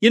You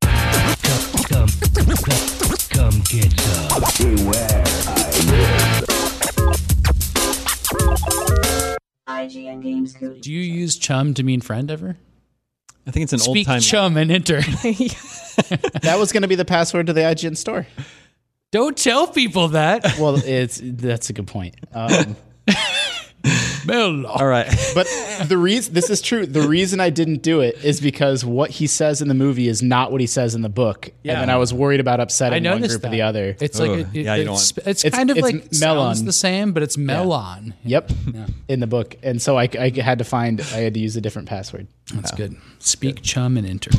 Come, come, come get some. IGN Games Coop. Do you use chum to mean friend ever? I think it's an Speak chum and enter. That was going to be the password to the IGN store. Don't tell people that. Well, it's that's a good point. Um, Mel. All right. but the reason this is true, the reason I didn't do it is because what he says in the movie is not what he says in the book, Yeah. and then I was worried about upsetting I one noticed group that. or the other. It's like Ugh, it, it- yeah, you don't it's, want- it's It's- kind of it's like melon. sounds the same, but it's melon. Yep, in the book, and so I, I had to find I had to use a different password. Uh, That's good. Speak chum and enter.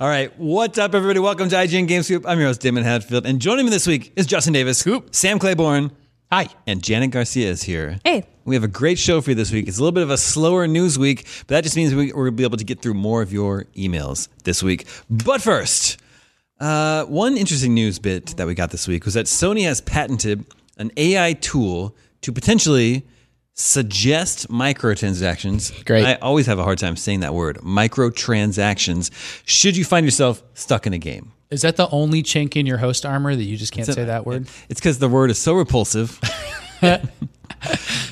All right, what's up, everybody? Welcome to IGN Game Scoop. I'm your host, Damon Hatfield, and joining me this week is Justin Davis, Scoop. Sam Claiborne, Hi. and Janet Garcia is here. Hey. We have a great show for you this week. It's a little bit of a slower news week, but that just means we, we're going to be able to get through more of your emails this week. But first, uh, one interesting news bit that we got this week was that Sony has patented an AI tool to potentially suggest microtransactions. Great. I always have a hard time saying that word, microtransactions, should you find yourself stuck in a game. Is that the only chink in your host armor that you just can't say that word? It's because the word is so repulsive.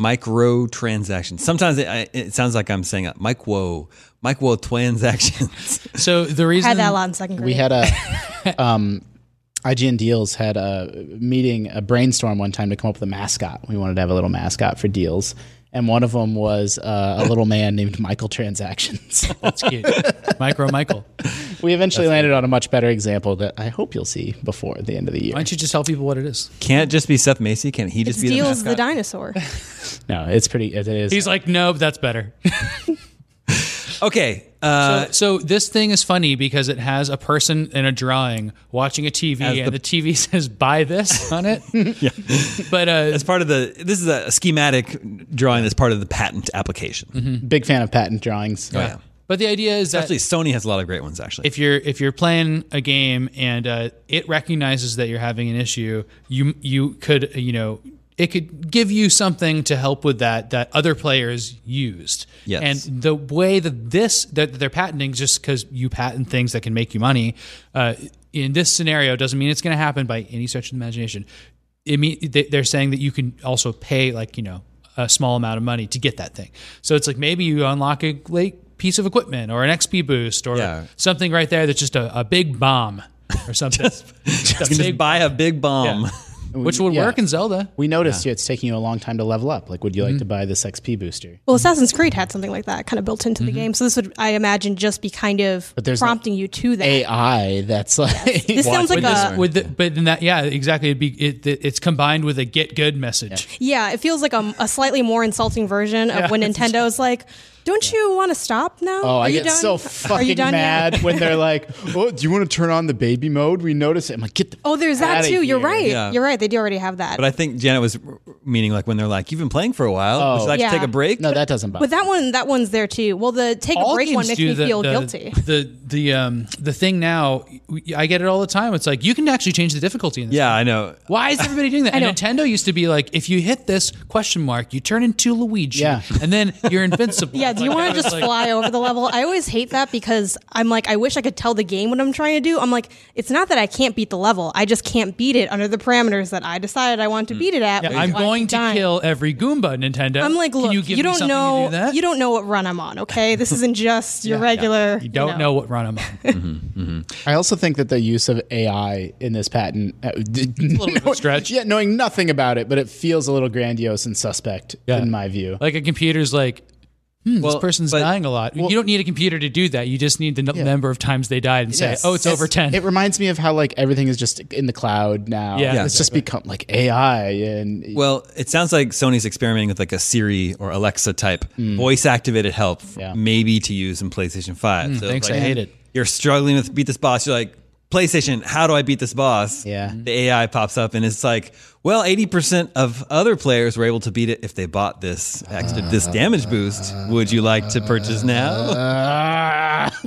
Microtransactions. Sometimes it, I- it sounds like I'm saying it. micro, micro transactions. So the reason had that a lot in second grade. We had a um, IGN Deals had a meeting, a brainstorm one time to come up with a mascot. We wanted to have a little mascot for Deals, and one of them was uh, a little man named Michael Transactions. That's cute. Micro Michael. Why we eventually landed on a much better example that I hope you'll see before the end of the year. don't you just tell people what it is? Can't it just be Seth Macy? Can't he just be It's Deals the mascot? the dinosaur. No, it's pretty. It is. He's like, nope, that's better. okay. Uh, so this thing is funny because it has a person in a drawing watching a TV, and the, TV says "buy this" on it. yeah, but uh, as part of the, this is a schematic drawing that's part of the patent application. Mm-hmm. big fan of patent drawings. Oh, yeah. but the idea is that Actually, Sony has a lot of great ones, actually. if you're if you're playing a game and uh, it recognizes that you're having an issue, you you could you know it could give you something to help with that that other players used. Yes. And the way that this that they're patenting just because you patent things that can make you money, uh, in this scenario doesn't mean it's going to happen by any stretch of the imagination. It mean they- they're saying that you can also pay like you know a small amount of money to get that thing. So it's like maybe you unlock a late piece of equipment or an XP boost or Yeah. something right there that's just a, a big bomb or something. you can just buy a big bomb. which would yeah. work in Zelda. We noticed you- it's taking you a long time to level up. Like, would you like Mm-hmm. to buy this XP booster? Well, Assassin's Creed had something like that kind of built into the game, so this would, I imagine, just be kind of Mm-hmm. But there's no prompting you to that. AI that's like This sounds like With this- a with the- but then that, yeah, exactly. It'd be it, it's combined with a get good message. yeah. It feels like a, a slightly more insulting version of when Nintendo's like, "Don't you want to stop now? Oh, I you get so Are you fucking done yet?" mad when they're like, "Oh, do you want to turn on the baby mode?" We notice it. I'm like, "Get the Oh, there's that outta too. You're here." right. Yeah. You're right. They do already have that. But I think Janet was r- meaning like when they're like, "You've been playing for a while. Would you like Oh. Yeah. to take a break?" No, that doesn't bother. but that one, that one's there too. Well, the take a break one makes me feel guilty. The the um the thing now, I get it all the time. It's like you can actually change the difficulty in this. yeah, I know. Why is everybody doing that? And Nintendo used to be like, if you hit this question mark, you turn into Luigi, Yeah. and then you're invincible. Yeah, do you Like, I want was to just like- fly over the level? I always hate that because I'm like, I wish I could tell the game what I'm trying to do. I'm like, it's not that I can't beat the level. I just can't beat it under the parameters that I decided I want to beat it Mm. at. Yeah, which I'm is why I going keep to dying. kill every Goomba, Nintendo. I'm like, Can look, you, give me don't something to know, do that? you don't know what run I'm on. Okay, this isn't just your regular. You don't know. what run I'm on. I also think that the use of AI in this patent, uh, a little bit of a stretch. Yeah, knowing nothing about it, but it feels a little grandiose and suspect Yeah. in my view. Like a computer's like, hmm, Well, this person's but- dying a lot. you don't need a computer to do that. You just need the n- number of times they died and Yes. say, oh, it's over ten. It reminds me of how like everything is just in the cloud now. Yeah. Yeah, it's just become like AI and Well, it sounds like Sony's experimenting with like a Siri or Alexa type Mm. voice activated help, f- Yeah. maybe to use in PlayStation Five. so Mm, thanks, like, I hate it. You're struggling with beat this boss. You're like PlayStation. How do I beat this boss? Yeah. The AI pops up and it's like, well, eighty percent of other players were able to beat it if they bought this extra this damage boost. Would you like to purchase now? ah.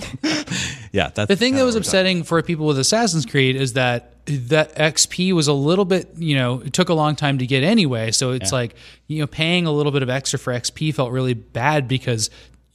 yeah, that's The thing that was upsetting for people with Assassin's Creed is that that XP was a little bit, you know, it took a long time to get anyway. So it's like, you know, paying a little bit of extra for XP felt really bad because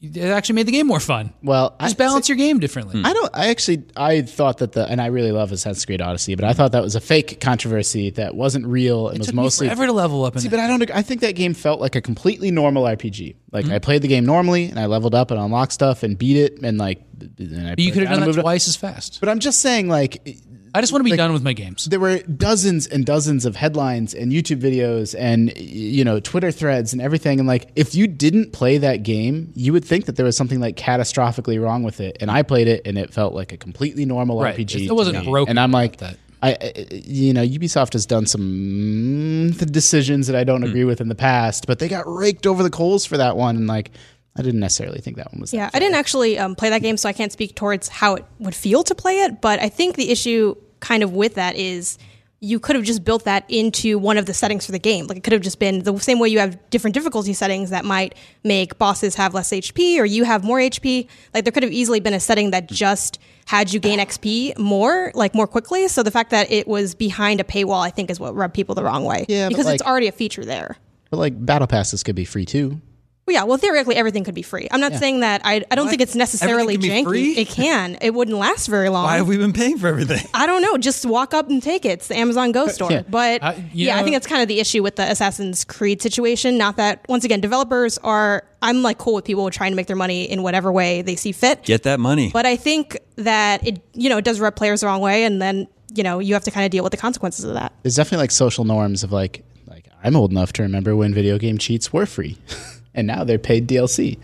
it actually made the game more fun. well, Just I- hmm. balance your game differently. I don't. I actually, I thought that the, and I really love Assassin's Creed Odyssey, but I thought that was a fake controversy that wasn't real and it was took mostly me forever to level up in See, that. but I don't. I think that game felt like a completely normal RPG. Like Mm-hmm. I played the game normally, and I leveled up and unlocked stuff and beat it, and like. And I But you could have done that it. twice as fast. But I'm just saying, like, I just want to be done with my games. there were dozens and dozens of headlines and YouTube videos and you know Twitter threads and everything. And like, if you didn't play that game, you would think that there was something like catastrophically wrong with it. And I played it, and it felt like a completely normal Right. RPG. It to wasn't me. broken and I'm like about that. I, I- you know, Ubisoft has done some mm, decisions that I Hmm. don't agree with in the past, but they got raked over the coals for that one. And like, I didn't necessarily think that one was. Yeah, I didn't actually um, play that game, so I can't speak towards how it would feel to play it. But I think the issue kind of with that is you could have just built that into one of the settings for the game. Like it could have just been the same way you have different difficulty settings that might make bosses have less HP or you have more HP. Like there could have easily been a setting that just had you gain XP more, like more quickly. So the fact that it was behind a paywall, I think, is what rubbed people the wrong way. Yeah, but because it's like- already a feature there. But like, battle passes could be free too. Well, yeah, well, theoretically, everything could be free. I'm not saying that. I, I don't think it's necessarily Everything janky. can be free? It can. It wouldn't last very long. Why have we been paying for everything? I don't know. Just walk up and take it. It's the Amazon Go store. But Uh, you yeah, I know- think that's kind of the issue with the Assassin's Creed situation. Not that, once again, developers are, I'm like cool with people trying to make their money in whatever way they see fit. Get that money. But I think that it, you know, it does rub players the wrong way. And then, you know, you have to kind of deal with the consequences of that. there's definitely like social norms of like like I'm old enough to remember when video game cheats were free, and now they're paid DLC,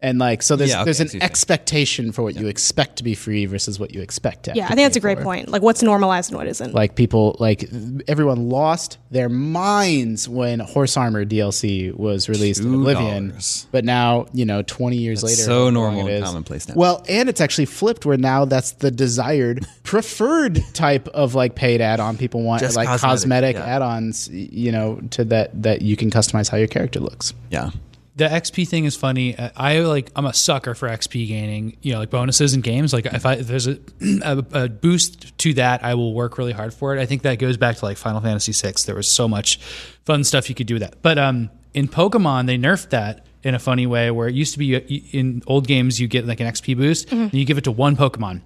and like so there's Yeah, okay, there's I see what an you're saying. expectation for what you expect to be free versus what you expect. To Yeah, have I to think that's pay a great for. point. Like, what's normalized and what isn't. Like people, like everyone lost their minds when Horse Armor DLC was released in Oblivion, $2. but now you know 20 years later, so however long normal and it is. commonplace now. Well, and it's actually flipped where now that's the desired preferred type of like paid add-on people want, Just like cosmetic, cosmetic, yeah. add-ons, y- you know, to that that you can customize how your character looks. yeah. the XP thing is funny. Uh, I like I'm a sucker for XP gaining, you know, like bonuses in games. Like if I if there's a, a a boost to that, I will work really hard for it. I think that goes back to like Final Fantasy VI. There was so much fun stuff you could do with that. But um, in Pokemon, they nerfed that in a funny way where it used to be uh, in old games you get like an XP boost and you give it to one Pokemon.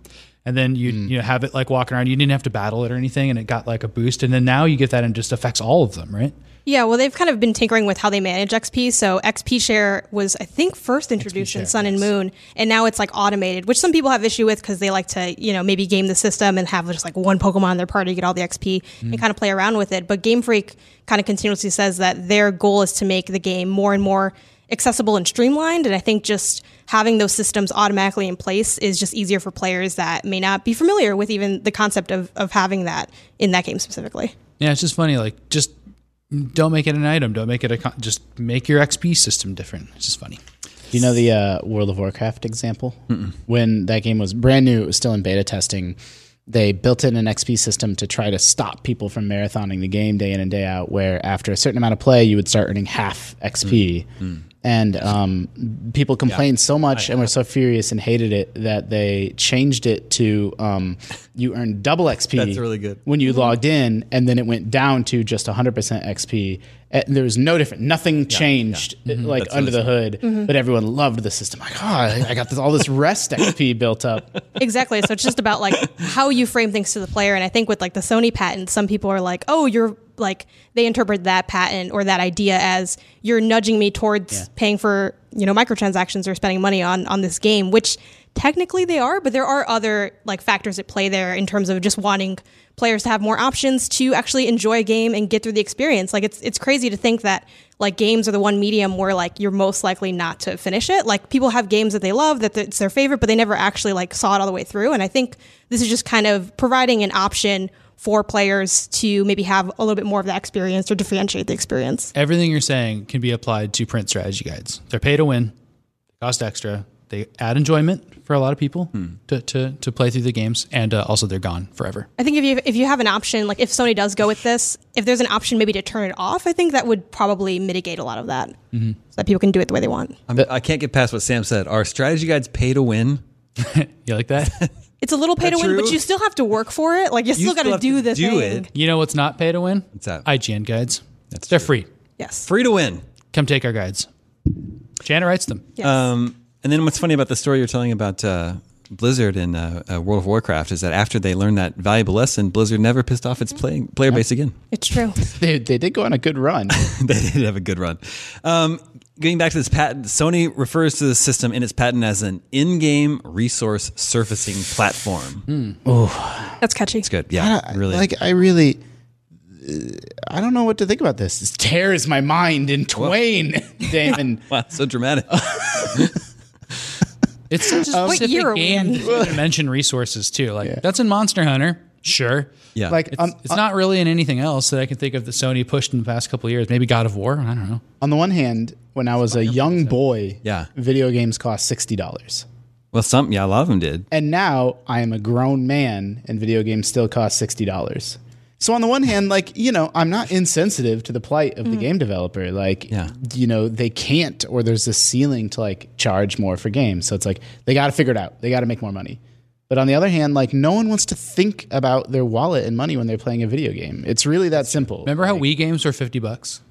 and then you you know, have it like walking around. You didn't have to battle it or anything, and it got like a boost. And then now you get that and it just affects all of them, right? Yeah, well, they've kind of been tinkering with how they manage XP. So XP share was, I think, first introduced in Sun and Moon, and now it's like automated, which some people have issue with because they like to, you know, maybe game the system and have just like one Pokemon in their party get all the XP and kind of play around with it. But Game Freak kind of continuously says that their goal is to make the game more and more accessible and streamlined. And I think just having those systems automatically in place is just easier for players that may not be familiar with even the concept of, of having that in that game specifically. Yeah, it's just funny. Like, just don't make it an item. Don't make it a. Con- just make your XP system different. It's just funny. You know the uh, World of Warcraft example? When that game was brand new, it was still in beta testing. They built in an XP system to try to stop people from marathoning the game day in and day out, where after a certain amount of play, you would start earning half XP. Mm. And um, people complained so much and were so furious and hated it that they changed it to um, you earn double XP That's really good. when you logged in, and then it went down to just 100% XP. And Eh, there was no different. Nothing changed, uh, like under the hood. But everyone loved the system. Like, oh, I I got this, all this rest XP built up. exactly so it's just about like how you frame things to the player and i think with like the sony patent some people are like oh you're like they interpret that patent or that idea as you're nudging me towards paying for you know microtransactions or spending money on on this game which technically they are but there are other like factors at play there in terms of just wanting players to have more options to actually enjoy a game and get through the experience like it's it's crazy to think that like games are the one medium where like you're most likely not to finish it. Like people have games that they love that it's their favorite, but they never actually like saw it all the way through. And I think this is just kind of providing an option for players to maybe have a little bit more of that experience or differentiate the experience. Everything you're saying can be applied to print strategy guides. They're pay to win, they cost extra. They add enjoyment for a lot of people to, to, to play through the games, and uh, also they're gone forever. I think if you if you have an option, like if Sony does go with this, if there's an option maybe to turn it off, I think that would probably mitigate a lot of that, so that people can do it the way they want. I, mean, I can't get past what Sam said. Are strategy guides pay to win? You like that? It's a little pay to win, true? but you still have to work for it. Like you still got still to have do to this. do thing. it. you know what's not pay to win? What's that? IGN guides. they're free. Yes. Free to win. Come take our guides. Janet writes them. yes. Um, and then what's funny about the story you're telling about uh, Blizzard and uh, uh, World of Warcraft is that after they learned that valuable lesson, Blizzard never pissed off its play, player base again. it's true. They, they did go on a good run. they did have a good run. Um, getting back to this patent, Sony refers to the system in its patent as an in-game resource surfacing platform. That's catchy. Good, yeah, really. Like, I really. uh, I don't know what to think about this. This tears my mind in twain, Damon. wow, so dramatic. It's such a specific Um, year are we game in? that you can mention resources too. Like that's in Monster Hunter. Sure. Yeah, Like, It's, on, it's not really in anything else that I can think of that Sony pushed in the past couple of years. Maybe God of War. I don't know. on the one hand, when I was a young boy, Yeah. video games cost sixty dollars. well, some yeah, a lot of them did. and now I am a grown man, and video games still cost sixty dollars. So on the one hand, like you know, I'm not insensitive to the plight of Mm. the game developer. Like, Yeah. you know, they can't, or there's this ceiling to like charge more for games. So it's like they got to figure it out. They got to make more money. But on the other hand, like no one wants to think about their wallet and money when they're playing a video game. It's really that simple. Remember how Wii games were fifty bucks?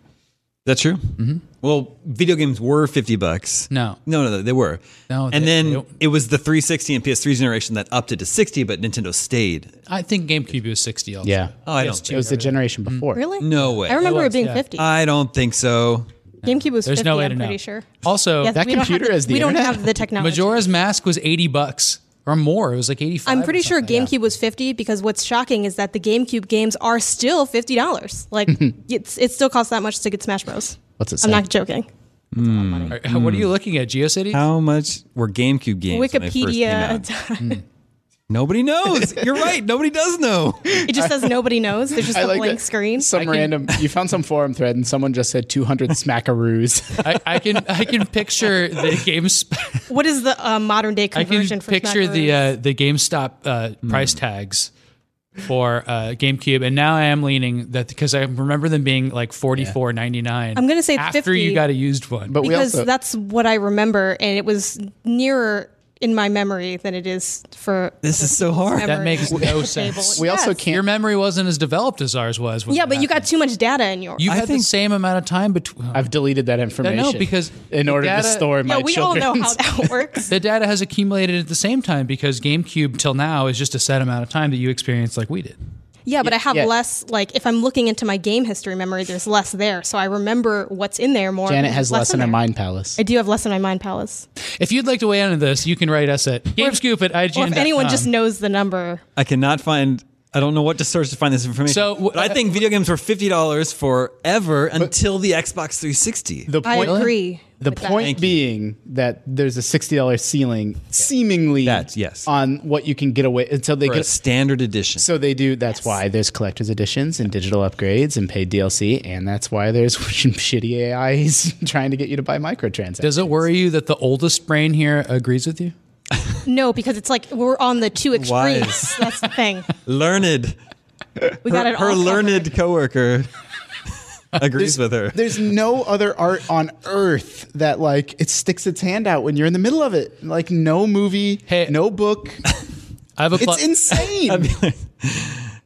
That's true. Mm-hmm. Well, video games were fifty bucks. No. no, no, they were. No, they- and they then don't- it was the 360 and PS3 generation that upped it to sixty, but Nintendo stayed. I think GameCube was sixty. Also. Yeah, Oh, I don't. Mm. it Think, was the generation before. Really? no way. I remember was, it being yeah. 50. I don't think so. GameCube was There's 50, no way I'm to know. pretty sure. Also, Yes, that we don't computer have the, is the We don't internet? have the technology. Majora's Mask was eighty bucks or more. It was like eighty five. I'm pretty sure GameCube was 50 because what's shocking is that the GameCube games are still $50. Like it's it still costs that much to get Smash Bros. What's it I'm say? not joking. What are you looking at? GeoCities? How much were GameCube games? when they first came out? Wikipedia. Nobody knows. You're right. Nobody does know. it just says nobody knows. There's just a that blank screen. Some random. You found some forum thread, and someone just said 200 smackaroos. I, I can I can picture the games. What is the uh, modern day I conversion can for picture Smash the Bros? uh, the GameStop uh, Hmm. price tags for uh, GameCube, and now I am leaning that because I remember them being like forty four ninety nine. I'm gonna say after 50. you got a used one, But we because also that's what I remember, and it was nearer in my memory than it is for This is so hard. That memory makes no at the table. sense. We also Yes. can't. Your memory wasn't as developed as ours was. when Yeah, that but you got happened. too much data in your. You I had the think- same amount of time between. I've deleted that information. because in the order data- to store my yeah, we all children. know how that works. the data has accumulated at the same time because GameCube till now is just a set amount of time that you experienced like we did. Yeah, but I have Yeah. less. Like, if I'm looking into my game history memory, there's less there, so I remember what's in there more. Janet and has less in in her there. mind palace. I do have less in my mind palace. If you'd like to weigh in on this, you can write us at gamescoop at IGN. Or if anyone um, just knows the number, I cannot find. I don't know what to search to find this information. So, w- but I think video games were fifty dollars forever until the Xbox 360. The I point, agree. the with that. point being that there's a sixty dollars ceiling, seemingly That's- yes. on what you can get away until they for a get. standard edition. So they do. That's why there's collector's editions and digital upgrades and paid DLC, and that's why there's shitty AIs trying to get you to buy microtransactions. Does it worry you that the oldest brain here agrees with you? No, because it's like we're on the two extremes. Wise. That's the thing. learned. We got it. Her all covered. learned coworker agrees with her. There's no other art on earth that like it sticks its hand out when you're in the middle of it. Like no movie, Hey. no book. I have a pl- It's insane.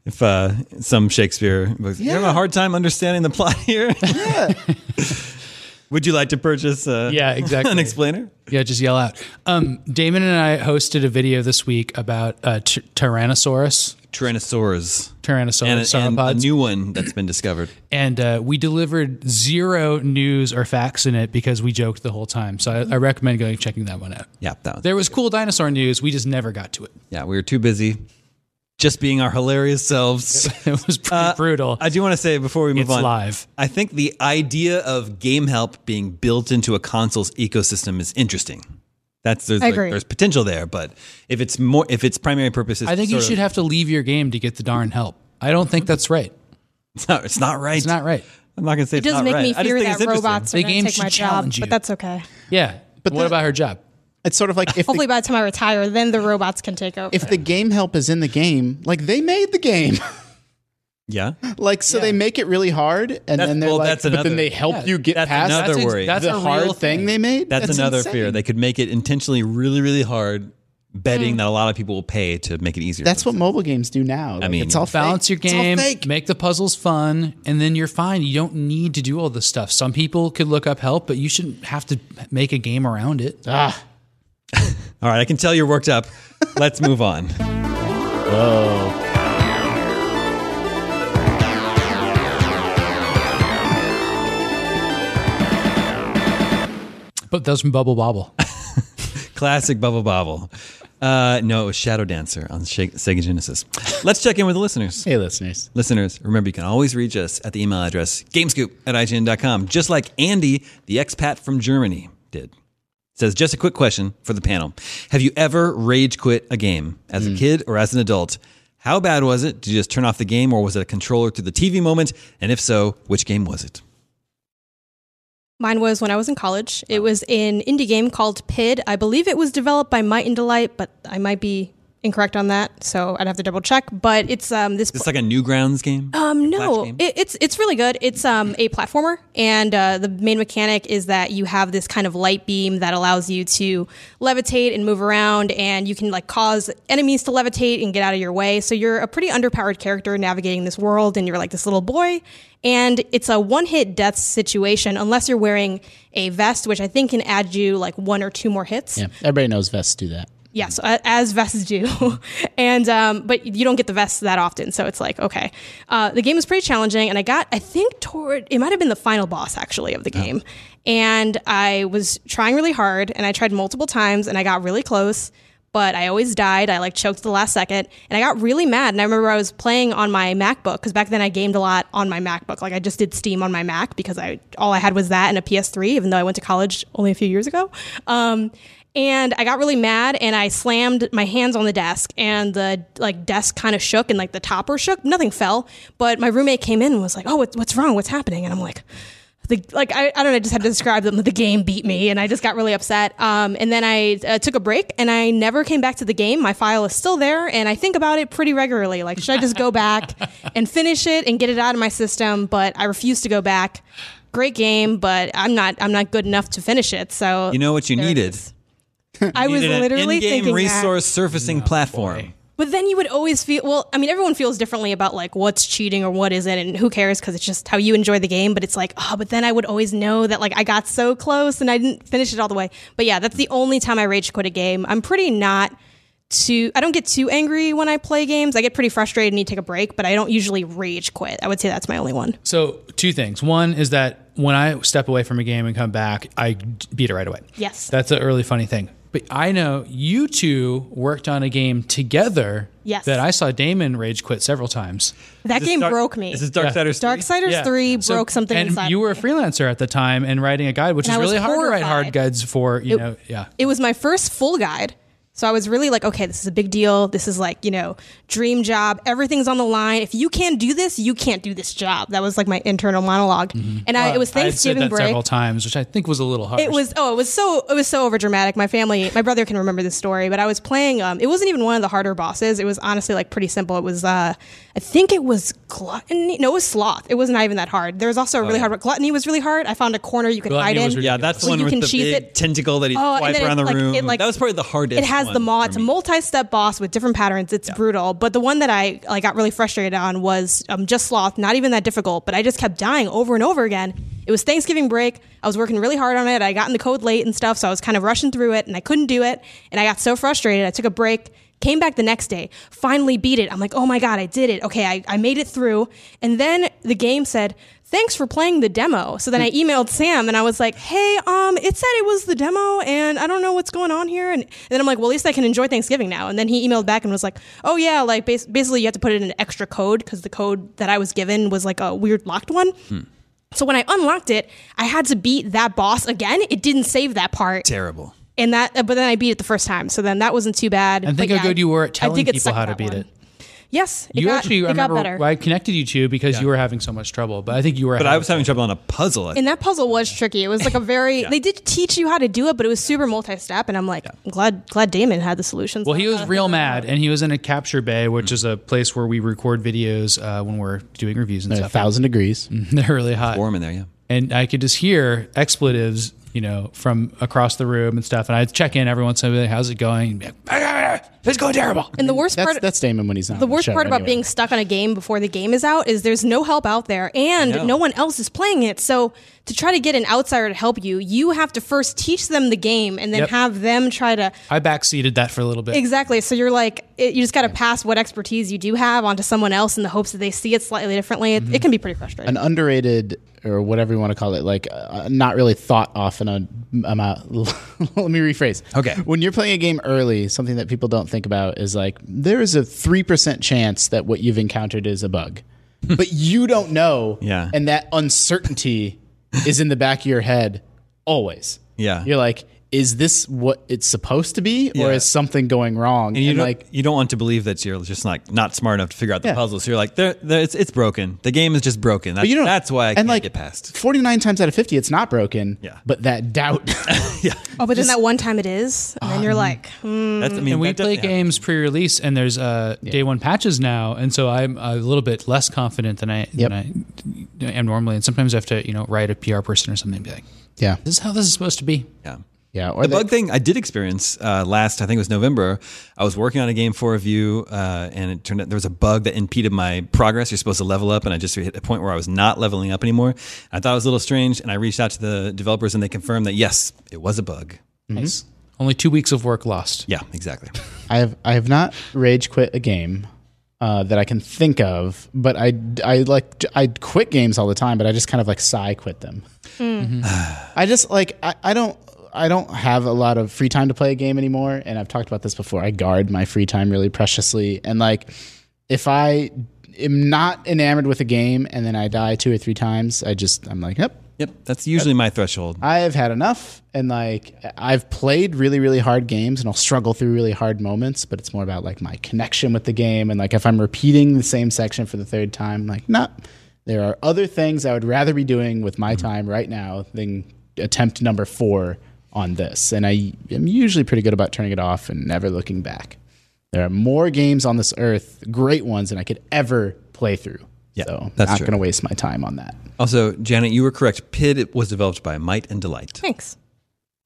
If uh, some Shakespeare books, you having Yeah. a hard time understanding the plot here. Yeah. Would you like to purchase? Uh, Yeah, exactly. An explainer. Yeah, just yell out. Um, Damon and I hosted a video this week about uh, t- Tyrannosaurus, Tyrannosaurs and, Tyrannosaurus a- and a sauropods. new one that's been discovered. and uh, we delivered zero news or facts in it because we joked the whole time. So I, I recommend going checking that one out. Yeah, that one. There was cool dinosaur news. We just never got to it. Yeah, we were too busy just being our hilarious selves. It was pretty Uh, brutal. I do want to say before we move It's on, live. I think the idea of game help being built into a console's ecosystem is interesting. That's there's I like, agree. there's potential there, but if it's more if its primary purpose is I think you sort should of, have to leave your game to get the darn help. I don't think that's right. it's not, it's not right. It's not right. I'm not gonna say It it's does not make right. me I just fear think that it's interesting. robots The are game going to take should my job, challenge you. but that's okay. Yeah. But what that- about her job? It's sort of like if Hopefully, the, by the time I retire, then the robots can take over. if the game help is in the game, like they made the game. Yeah, like so they make it really hard and That's- then they're well, like that's but another- then they help Yeah, you get that's past another ex- worry. That's the a hard real thing. they made. that's, another insane. fear. They could make it intentionally really really hard, Hmm. betting that a lot of people will pay to make it easier. That's what mobile games do now. Like, mean, it's all Balance fake. your game, It's all fake. make the puzzles fun, and then you're fine. You don't need to do all this stuff. Some people could look up help, but you shouldn't have to make a game around it. Ah, All right, I can tell you're worked up. Let's move on. But those from Bubble Bobble. Classic Bubble Bobble. Uh, no, it was Shadow Dancer on Sha- Sega Genesis. Let's check in with the listeners. hey listeners. Listeners, remember you can always reach us at the email address gamescoop at IGN.com, just like Andy, the expat from Germany, did. Says, just a quick question for the panel. Have you ever rage quit a game as a kid or as an adult? How bad was it? Did you just turn off the game or was it a controller through the TV moment? And if so, which game was it? Mine was when I was in college. It was an indie game called PID. I believe it was developed by Might and Delight, but I might be incorrect on that, so I'd have to double check. But it's um this. It's like a Newgrounds game? um no, Flash game? it, it's it's really good. It's um a platformer, and uh, the main mechanic is that you have this kind of light beam that allows you to levitate and move around, and you can like cause enemies to levitate and get out of your way. So you're a pretty underpowered character navigating this world, and you're like this little boy, and it's a one hit death situation unless you're wearing a vest, which I think can add you like one or two more hits. Yeah, everybody knows vests do that. Yes, a- as vests do, and um, but you don't get the vests that often, so it's like okay, uh, the game is pretty challenging, and I got I think toward it might have been the final boss actually of the game, and I was trying really hard, and I tried multiple times, and I got really close, but I always died. I like choked at the last second, and I got really mad. And I remember I was playing on my MacBook because back then I gamed a lot on my MacBook. Like I just did Steam on my Mac because I all I had was that and a PS3, even though I went to college only a few years ago. Um, and I got really mad and I slammed my hands on the desk and the like desk kind of shook and like the topper shook. Nothing fell, but my roommate came in and was like, "Oh, what, what's wrong? What's happening?" And I'm like, the, like I, I don't know, I just had to describe them. The game beat me, and I just got really upset. Um, and then I uh, took a break, and I never came back to the game. My file is still there, and I think about it pretty regularly. Like, should I just go back and finish it and get it out of my system? But I refuse to go back. Great game, but I'm not I'm not good enough to finish it. So You know what you There it needed? is. I was Needed an literally in-game thinking resource that. surfacing platform. But then you would always feel well. I mean, everyone feels differently about like what's cheating or what isn't, and who cares because it's just how you enjoy the game. But it's like, oh, but then I would always know that like I got so close and I didn't finish it all the way. But yeah, that's the only time I rage quit a game. I'm pretty not too. I don't get too angry when I play games. I get pretty frustrated and need to take a break, but I don't usually rage quit. I would say that's my only one. So two things. One is that when I step away from a game and come back, I beat it right away. Yes. that's a really funny thing. But I know you two worked on a game together. Yes. that I saw Damon rage quit several times. That This is game Dark- broke me. This is Darksiders. Yeah. Darksiders Yeah. Three So- broke something And inside. you were a me. freelancer at the time and writing a guide, which And is I was really hard to write hard horrified. guides for. You It- know, yeah. it was my first full guide. So I was really like, okay, this is a big deal. This is like, you know, dream job. Everything's on the line. If you can't do this, you can't do this job. That was like my internal monolog And I, it was Mm-hmm. I've said Thanksgiving that break. several times, which I think was a little harsh. It was oh, it was so it was so overdramatic. My family, my brother can remember this story, but I was playing. Um, it wasn't even one of the harder bosses. It was honestly like pretty simple. It was uh, I think it was gluttony. No, it was sloth. It was not even that hard. There was also a really hard hard gluttony was really hard. I found a corner you could Oh, Gluttony hide in. was really- Yeah, that's the Well, one you with can the cheese big it. tentacle that he Oh, and swipe then it, around the like, room. it, like- that was probably the hardest. It has one the maw. for It's a me. multi-step boss with different patterns. It's brutal. But the one that I like got really frustrated on was um, just sloth. Not even that difficult, but I just kept dying over and over again. It was Thanksgiving break. I was working really hard on it. I got in the code late and stuff, so I was kind of rushing through it, and I couldn't do it. And I got so frustrated. I took a break. Came back the next day, finally beat it. I'm like, oh my God, I did it. Okay, I, I made it through. And then the game said, thanks for playing the demo. So then I emailed Sam and I was like, hey, um, it said it was the demo and I don't know what's going on here. And, and then I'm like, well, at least I can enjoy Thanksgiving now. And then he emailed back and was like, oh yeah, like bas- basically you have to put in an extra code because the code that I was given was like a weird locked one. So when I unlocked it, I had to beat that boss again. It didn't save that part. terrible. And that, uh, but then I beat it the first time. So then that wasn't too bad. and But think yeah, how good you were at I did telling get people stuck how at to that beat one. it. Yes, it You got, actually, it I got remember better. well, I connected you two because you were having so much trouble, but I think you were. But I was having trouble on a puzzle. I And that puzzle was tricky. It was like a very they did teach you how to do it, but it was super multi-step. And I'm like, I'm glad glad Damon had the solutions. Well, he was real mad, and he was in a capture bay, which is a place where we record videos uh, when we're doing reviews and A stuff. thousand degrees. They're really hot, warm in there, yeah. and I could just hear expletives, you know, from across the room and stuff. And I'd check in every once in a while, how's it going? Be like, It's going terrible. and the worst That's part that's Damon when he's not. the worst part about being stuck on a game before the game is out is there's no help out there and no one else is playing it. So to try to get an outsider to help you, you have to first teach them the game and then Yep. have them try to I backseated that for a little bit. Exactly. So you're like, it, you just got to pass what expertise you do have onto someone else in the hopes that they see it slightly differently. It, it can be pretty frustrating. an underrated or whatever you want to call it, like uh, not really thought often on amount. let me rephrase. Okay. When you're playing a game early, something that people don't think about is like there is a three percent chance that what you've encountered is a bug, but you don't know. Yeah. And that uncertainty is in the back of your head always. Yeah. You're like, is this what it's supposed to be, Yeah. or is something going wrong? And you don't, like, you don't want to believe that you're just like not smart enough to figure out the Yeah. puzzle. So you're like, there, there, it's it's broken. The game is just broken. That, but you don't. that's why I and can't like get past. Forty nine times out of fifty, it's not broken. Yeah. But that doubt. oh, but then that one time it is, and then you're like, hmm, That's, I mean, and we that does- play yeah. games pre-release, and there's uh, day one patches now, and so I'm a little bit less confident than I, Yep. than I am normally. And sometimes I have to, you know, write a PR person or something and be like, yeah. "This is how this is supposed to be." Yeah. Yeah, or The bug thing I did experience uh, last, I think it was November. I was working on a game for review, uh, and it turned out there was a bug that impeded my progress. You're supposed to level up, and I just hit a point where I was not leveling up anymore. I thought it was a little strange, and I reached out to the developers, and they confirmed that yes, it was a bug. Nice. Only two weeks of work lost. Yeah, exactly. I have I have not rage quit a game uh, that I can think of, but I I like I quit games all the time, but I just kind of like sigh quit them. I just like I, I don't I don't have a lot of free time to play a game anymore, and I've talked about this before. I guard my free time really preciously, and like if I am not enamored with a game and then I die two or three times, I just I'm like, yep, yep, that's usually my threshold. I have had enough, and like I've played really, really hard games, and I'll struggle through really hard moments. But it's more about like my connection with the game, and like if I'm repeating the same section for the third time, like nah, there are other things I would rather be doing with Mm-hmm. my time right now than attempt number four on this. And I am usually pretty good about turning it off and never looking back. There are more games on this earth, great ones, than I could ever play through. Yeah, so I'm that's not true. going to waste my time on that. Also, Janet, you were correct. PID was developed by Might and Delight. thanks.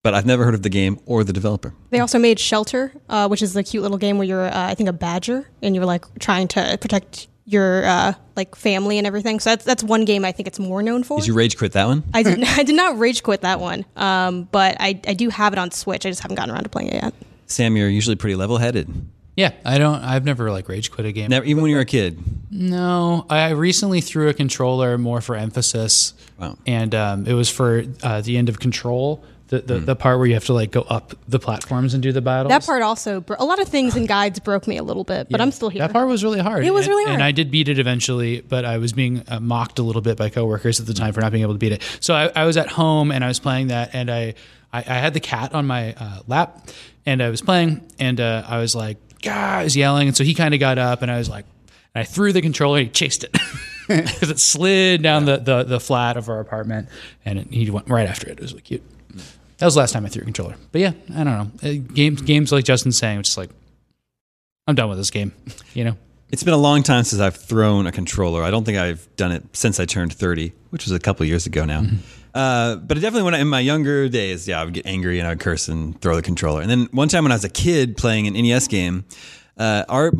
but I've never heard of the game or the developer. They also made Shelter, uh, which is the cute little game where you're, uh, I think, a badger and you're like trying to protect your uh, like family and everything. So that's that's one game I think it's more known for. Did you rage quit that one? I did I did not rage quit that one, um, but I I do have it on Switch. I just haven't gotten around to playing it yet. Sam, you're usually pretty level headed. Yeah, I don't. I've never like rage quit a game. Never, even when you were a kid. No, I recently threw a controller more for emphasis, Wow. and um, it was for uh, the end of Control, the the, the part where you have to like go up the platforms and do the battles. That part also bro- a lot of things and guides broke me a little bit, but I'm still here. That part was really hard. It was And- really hard. and I did beat it eventually, but I was being uh, mocked a little bit by coworkers at the time for not being able to beat it. So I, I was at home and I was playing that, and I I, I had the cat on my uh, lap, and I was playing, and uh, I was like, "Gah!" I was yelling, and so he kind of got up, and I was like, and I threw the controller, and he chased it. Because it slid down the, the, the flat of our apartment, and it, he went right after it. It was really cute. That was the last time I threw a controller. But yeah, I don't know. Uh, games games like Justin's saying, which is like, I'm done with this game. You know, It's been a long time since I've thrown a controller. I don't think I've done it since I turned 30, which was a couple years ago now. Mm-hmm. Uh, but definitely when I, in my younger days, yeah, I would get angry and I'd curse and throw the controller. And then one time when I was a kid playing an NES game, uh, our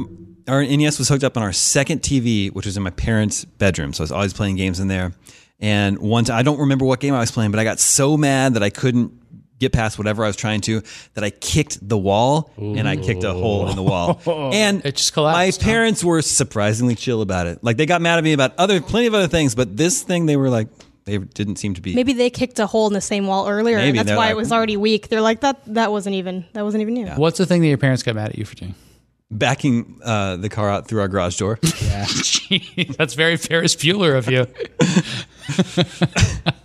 our NES was hooked up on our second TV, which was in my parents' bedroom. So I was always playing games in there. And once I don't remember what game I was playing, but I got so mad that I couldn't get past whatever I was trying to that I kicked the wall and I kicked a hole in the wall. And It just collapsed, My huh? parents were surprisingly chill about it. Like they got mad at me about other plenty of other things, but this thing they were like they didn't seem to be. Maybe they kicked a hole in the same wall earlier, Maybe, and that's they're why like- it was already weak. They're like that. That wasn't even. That wasn't even you. What's the thing that your parents got mad at you for doing? backing uh, the car out through our garage door. That's very Ferris Bueller of you.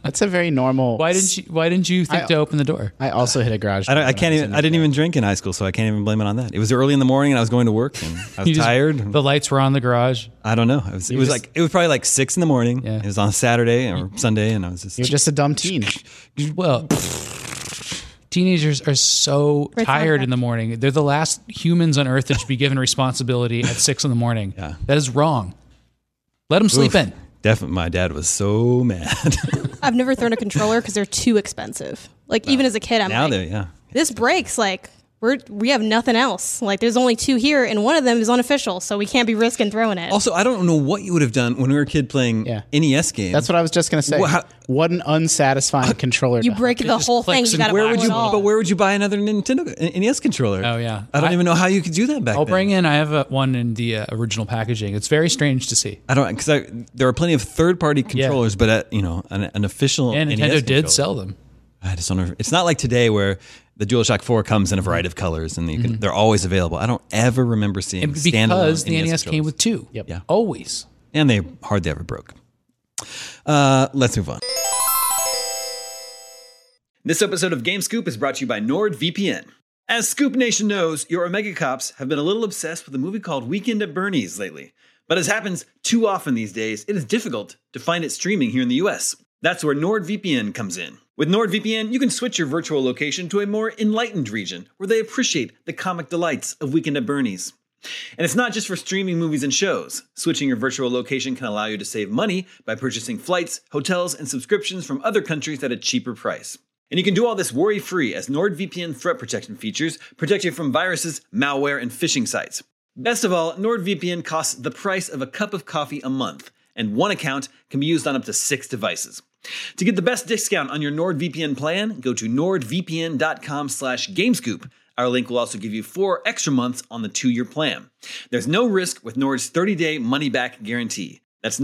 That's a very normal. Why didn't you? Why didn't you think I- to open the door? I also hit a garage. I, don't, door I when can't was even. in I didn't even drink in high school, so I can't even blame it on that. It was early in the morning, and I was going to work, and I You was just- tired. and The lights were on the garage. I don't know. It was, it was just- like it was probably like six in the morning. Yeah. It was on a Saturday or Sunday, and I was just. You're just a dumb teen. Well, teenagers are so Right, tired okay. in the morning. They're the last humans on Earth that should be given responsibility at six in the morning. Yeah. That is wrong. Let them sleep Oof. in. Definitely, my dad was so mad. I've never thrown a controller because they're too expensive. Like even as a kid, I'm now like, they, yeah. this breaks. Like we're we have nothing else. Like there's only two here, and one of them is unofficial, so we can't be risking throwing it. Also, I don't know what you would have done when we were a kid playing Yeah. NES games. That's what I was just gonna say. Well, how- what an unsatisfying controller. you to- break the just whole thing. clicks You and got to where would Wow. you? it all. But where would you buy another Nintendo an NES controller? Oh, yeah. I don't I- even know how you could do that back I'll then. bring in. I have a, one in the uh, original packaging. It's very strange to see. I don't because there are plenty of third-party controllers, but uh you know an, an official And Nintendo NES did controller. sell them. I just don't know. if- It's not like today where the DualShock 4 comes in a variety of colors and you can, they're always available. I don't ever remember seeing Mm-hmm. And standalone E because the NES came controllers. with two. Yep. Yeah. Always. and they hardly ever broke. Uh, let's move on. This episode of Game Scoop is brought to you by NordVPN. As Scoop Nation knows, your Omega Cops have been a little obsessed with a movie called Weekend at Bernie's lately. But as happens too often these days, it is difficult to find it streaming here in the US. That's where NordVPN comes in. With NordVPN, you can switch your virtual location to a more enlightened region where they appreciate the comic delights of Weekend at Bernie's. And it's not just for streaming movies and shows. Switching your virtual location can allow you to save money by purchasing flights, hotels, and subscriptions from other countries at a cheaper price. And you can do all this worry free as NordVPN threat protection features protect you from viruses, malware, and phishing sites. Best of all, NordVPN costs the price of a cup of coffee a month, and one account can be used on up to six devices. To get the best discount on your NordVPN plan, go to nordvpn.com slash gamescoop. Our link will also give you four extra months on the two-year plan. There's no risk with Nord's 30-day money-back guarantee. That's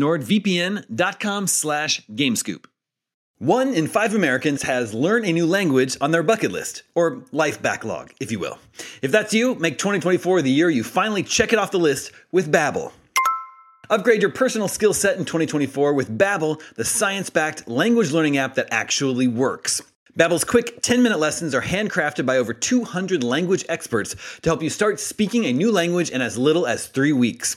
nordvpn.com slash gamescoop. One in five Americans has learn a new language on their bucket list, or life backlog, if you will. If that's you, make 2024 the year you finally check it off the list with Babbel. Upgrade your personal skill set in 2024 with Babbel, the science-backed language learning app that actually works. Babbel's quick 10-minute lessons are handcrafted by over 200 language experts to help you start speaking a new language in as little as 3 weeks.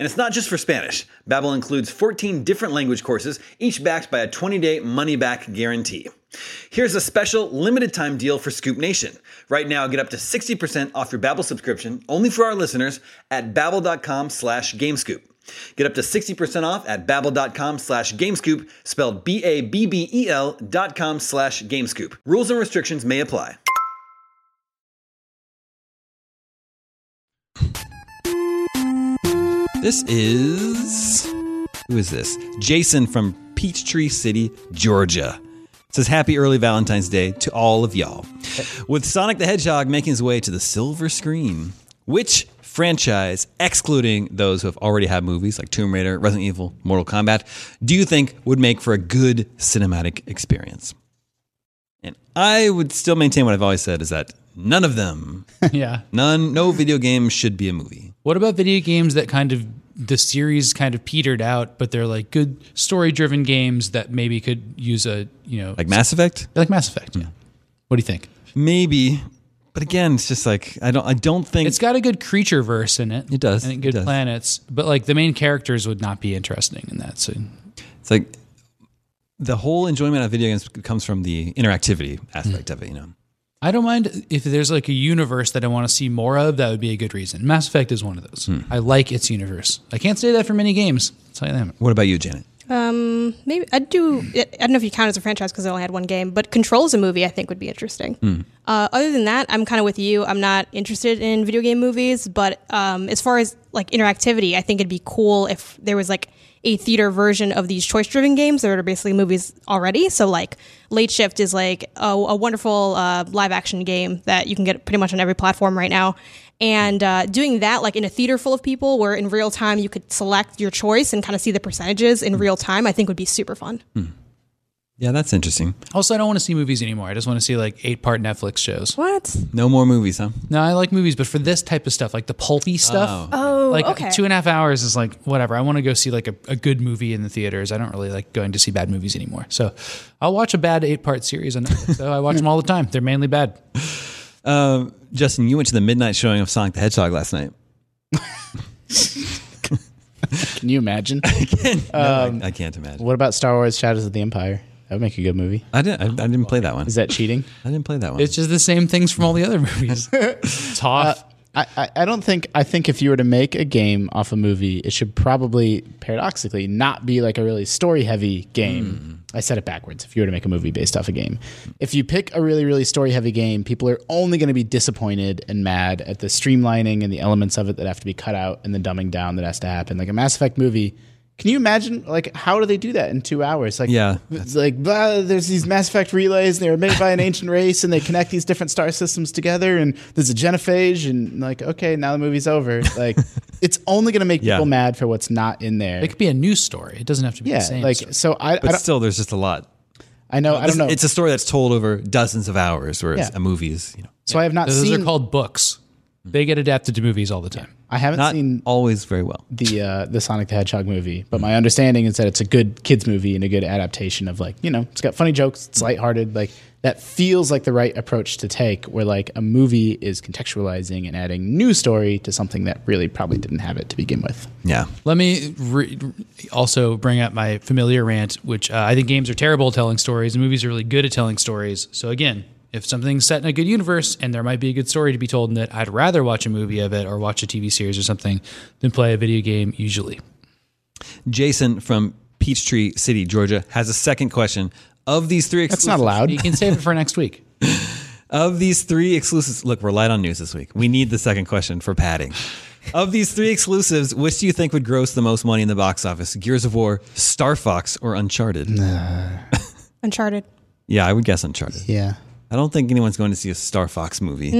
And it's not just for Spanish. Babbel includes 14 different language courses, each backed by a 20-day money-back guarantee. Here's a special limited time deal for Scoop Nation. Right now, get up to 60% off your Babbel subscription, only for our listeners, at babbel.com slash gamescoop. Get up to 60% off at babbel.com slash gamescoop, spelled B-A-B-B-E-L E dot com slash gamescoop. Rules and restrictions may apply. This is... Who is this? Jason from Peachtree City, Georgia. Says happy early Valentine's Day to all of y'all. With Sonic the Hedgehog making his way to the silver screen, which franchise, excluding those who have already had movies like Tomb Raider, Resident Evil, Mortal Kombat, do you think would make for a good cinematic experience? And I would still maintain what I've always said is that none of them, yeah. none, no video game should be a movie. What about video games that kind of the series kind of petered out, but they're like good story-driven games that maybe could use a you know Like Mass Effect? like Mass Effect. Yeah. What do you think? Maybe. But again, it's just like I don't I don't think It's got a good creature verse in it. It does, And it good does. planets, but like the main characters would not be interesting in that. So It's like the whole enjoyment of video games comes from the interactivity aspect of it, you know. I don't mind if there's like a universe that I want to see more of. That would be a good reason. Mass Effect is one of those. Hmm. I like its universe. I can't say that for many games. I'll tell you that. What about you, Janet? Um, maybe I'd do. I don't know if you count as a franchise because I only had one game, but Control's a movie I think would be interesting. Uh, other than that, I'm kind of with you. I'm not interested in video game movies, but um, as far as like interactivity, I think it'd be cool if there was like a theater version of these choice-driven games that are basically movies already. So like Late Shift is like a, a wonderful uh, live-action game that you can get pretty much on every platform right now, and uh, doing that like in a theater full of people where in real time you could select your choice and kind of see the percentages in real time i think would be super fun Yeah, that's interesting. Also, I don't want to see movies anymore. I just want to see like eight-part Netflix shows. what No more movies, huh? No, I like movies, but for this type of stuff, like the pulpy stuff, oh like okay two and a half hours is like whatever. I want to go see like a, a good movie in the theaters. I don't really like going to see bad movies anymore. So I'll watch a bad eight-part series on Netflix. so I watch them all the time. They're mainly bad. Um, Justin, you went to the midnight showing of Sonic the Hedgehog last night. Can you imagine? Um, I, I can't imagine. what about Star Wars: Shadows of the Empire? That would make a good movie. I didn't. I, I didn't play that one. Is that cheating? I didn't play that one. It's just the same things from all the other movies. Uh, Toff. I, I- I don't think I think if you were to make a game off a movie, it should probably paradoxically not be like a really story heavy game. I said it backwards. If you were to make a movie based off a game, if you pick a really really story heavy game, people are only going to be disappointed and mad at the streamlining and the elements of it that have to be cut out and the dumbing down that has to happen. Like a Mass Effect movie. Can you imagine like how do they do that in two hours? Like Yeah. it's like blah, there's these Mass Effect relays, and they were made by an ancient race, and they connect these different star systems together, and there's a genophage, and like okay, now the movie's over. Like it's only going to make Yeah. people mad for what's not in there. It could be a news story. It doesn't have to be the yeah, same. like story. so I I, but don't, still, there's just a lot. I know I don't know. It's a story that's told over dozens of hours, whereas Yeah. a movie is, you know, so I have not those seen. are called books. They get adapted to movies all the time. I haven't not seen always very well. the uh, the Sonic the Hedgehog movie, but my understanding is that it's a good kids movie and a good adaptation of like you know it's got funny jokes, it's lighthearted, like that feels like the right approach to take. Where like a movie is contextualizing and adding new story to something that really probably didn't have it to begin with. Yeah. Let me re- also bring up my familiar rant, which uh, I think games are terrible at telling stories, and movies are really good at telling stories. So again, if something's set in a good universe and there might be a good story to be told in it, I'd rather watch a movie of it or watch a TV series or something than play a video game. Usually, Jason from Peachtree City, Georgia, has a second question. Of these three, That's not allowed. you can save it for next week. Of these three exclusives, look, we're light on news this week. We need the second question for padding. of these three exclusives, which do you think would gross the most money in the box office? Gears of War, Star Fox, or Uncharted? uncharted Yeah, I would guess Uncharted. Yeah, I don't think anyone's going to see a Star Fox movie.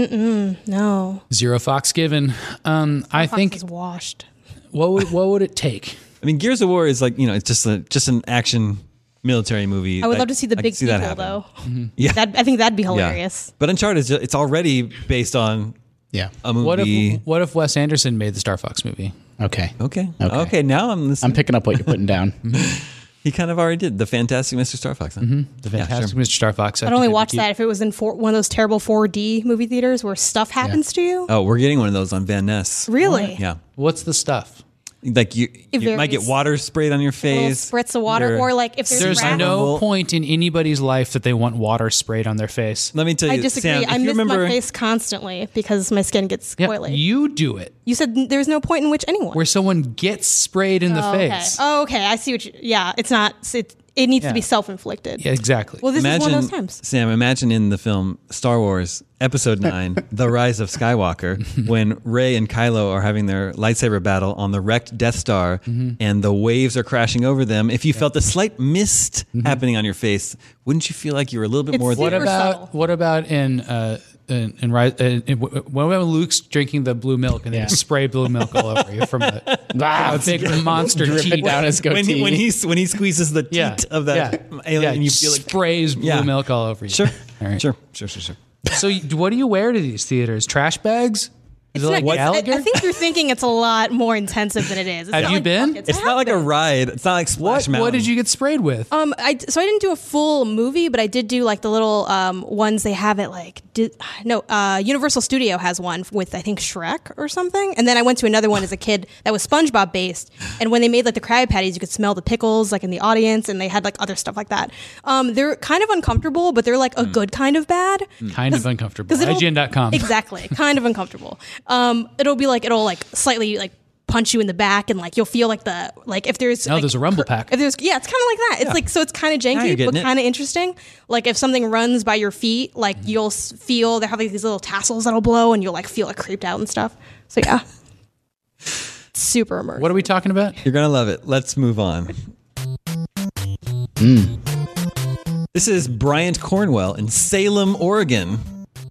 no Zero Fox given. Um, I think is washed what would, what would it take? I mean, Gears of War is like you know, it's just a just an action military movie. i would love to see the I big could see that people happen. though Yeah. that, i think that'd be Yeah. hilarious But Uncharted, is ju- it's already based on yeah. a movie. What if what if Wes Anderson made the Star Fox movie? Okay, okay. okay, Okay. Now I'm listening. I'm Mm-hmm. picking up what you're putting down. He kind of already did. The Fantastic Mr. Star Fox. Huh? The Fantastic Mr. Star Fox. I'd only watch that if it was in four, one of those terrible 4D movie theaters where stuff happens to you. Oh, we're getting one of those on Van Ness. Really? Yeah. What's the stuff? Like you, It you might get varies. water sprayed on your Little face. spritz of water, There- or like if there's, There's rats, no point in anybody's life that they want water sprayed on their face. Let me tell you, I disagree. Sam, if I you miss remember, my face constantly because my skin gets Yeah, oily. You, you do it said n- there's no point in which anyone. where someone gets sprayed in the oh, okay. face. Oh, okay. I see what you. Yeah, it's not. It, it needs Yeah. to be self-inflicted. Yeah, exactly. Well, this imagine, is one of those times. Sam, imagine in the film Star Wars Episode 9, The Rise of Skywalker, when Rey and Kylo are having their lightsaber battle on the wrecked Death Star Mm-hmm. and the waves are crashing over them. If you felt the slight mist Mm-hmm. happening on your face, wouldn't you feel like you were a little bit It's more super there? what about subtle. what about in uh in, in, Ri- in, in when when Luke's drinking the blue milk and they just spray blue milk all over you from a, Ah, a big monster dripping teat down his goatee. when he, when he when he squeezes the teat yeah of that yeah, alien, yeah, and you feel like sprays blue Yeah. milk all over you. sure, All right. sure, sure, sure, sure. So you- what do you wear to these theaters? Trash bags? Is it like It's- I, Gallagher? I think you're thinking it's a lot more intensive than it is. It's Have not you like been? buckets. It's I not have like a been. ride. It's not like Splash what, Mountain. what did you get sprayed with? Um, I d- so I didn't do a full movie, but I did do like the little um ones they have at like di- no uh Universal Studio has one with I think Shrek or something, and then I went to another one as a kid that was SpongeBob based, and when they made like the Krabby Patties, you could smell the pickles like in the audience, and they had like other stuff like that. Um, they're kind of uncomfortable, but they're like a good kind of bad. kind of uncomfortable. 'Cause it'll- IGN.com. Exactly. Kind of uncomfortable. Um, it'll be like it'll like slightly like punch you in the back and like you'll feel like the like if there's No, Oh, like, there's a rumble cur- pack. If there's yeah, it's kind of like that. It's like so it's kind of you're janky getting but it. kind of interesting. Like if something runs by your feet, like Mm-hmm. you'll s- feel they have like these little tassels that'll blow and you'll like feel it creeped out and stuff. So yeah. Super immersive. What are we talking about? You're gonna love it. Let's move on. This is Bryant Cornwell in Salem, Oregon.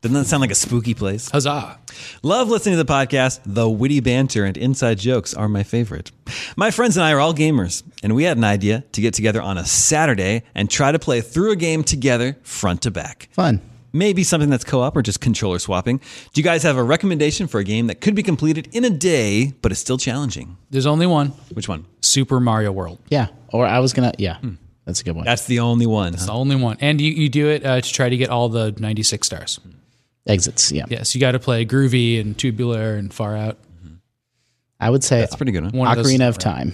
Doesn't that sound like a spooky place? Huzzah. Love listening to the podcast. The witty banter and inside jokes are my favorite. My friends and I are all gamers, and we had an idea to get together on a Saturday and try to play through a game together, front to back. Fun. Maybe something that's co op or just controller swapping. Do you guys have a recommendation for a game that could be completed in a day, but is still challenging? There's only one. Which one? Super Mario World. Yeah. Or I was gonna. Yeah. That's a good one. Hmm. That's the only one. huh? The only one. And you, you do it uh, to try to get all the 96 stars. Exits. Yeah. Yes, you got to play Groovy and Tubular and Far Out. I would say That's a pretty good. One. One of those- Ocarina of Time.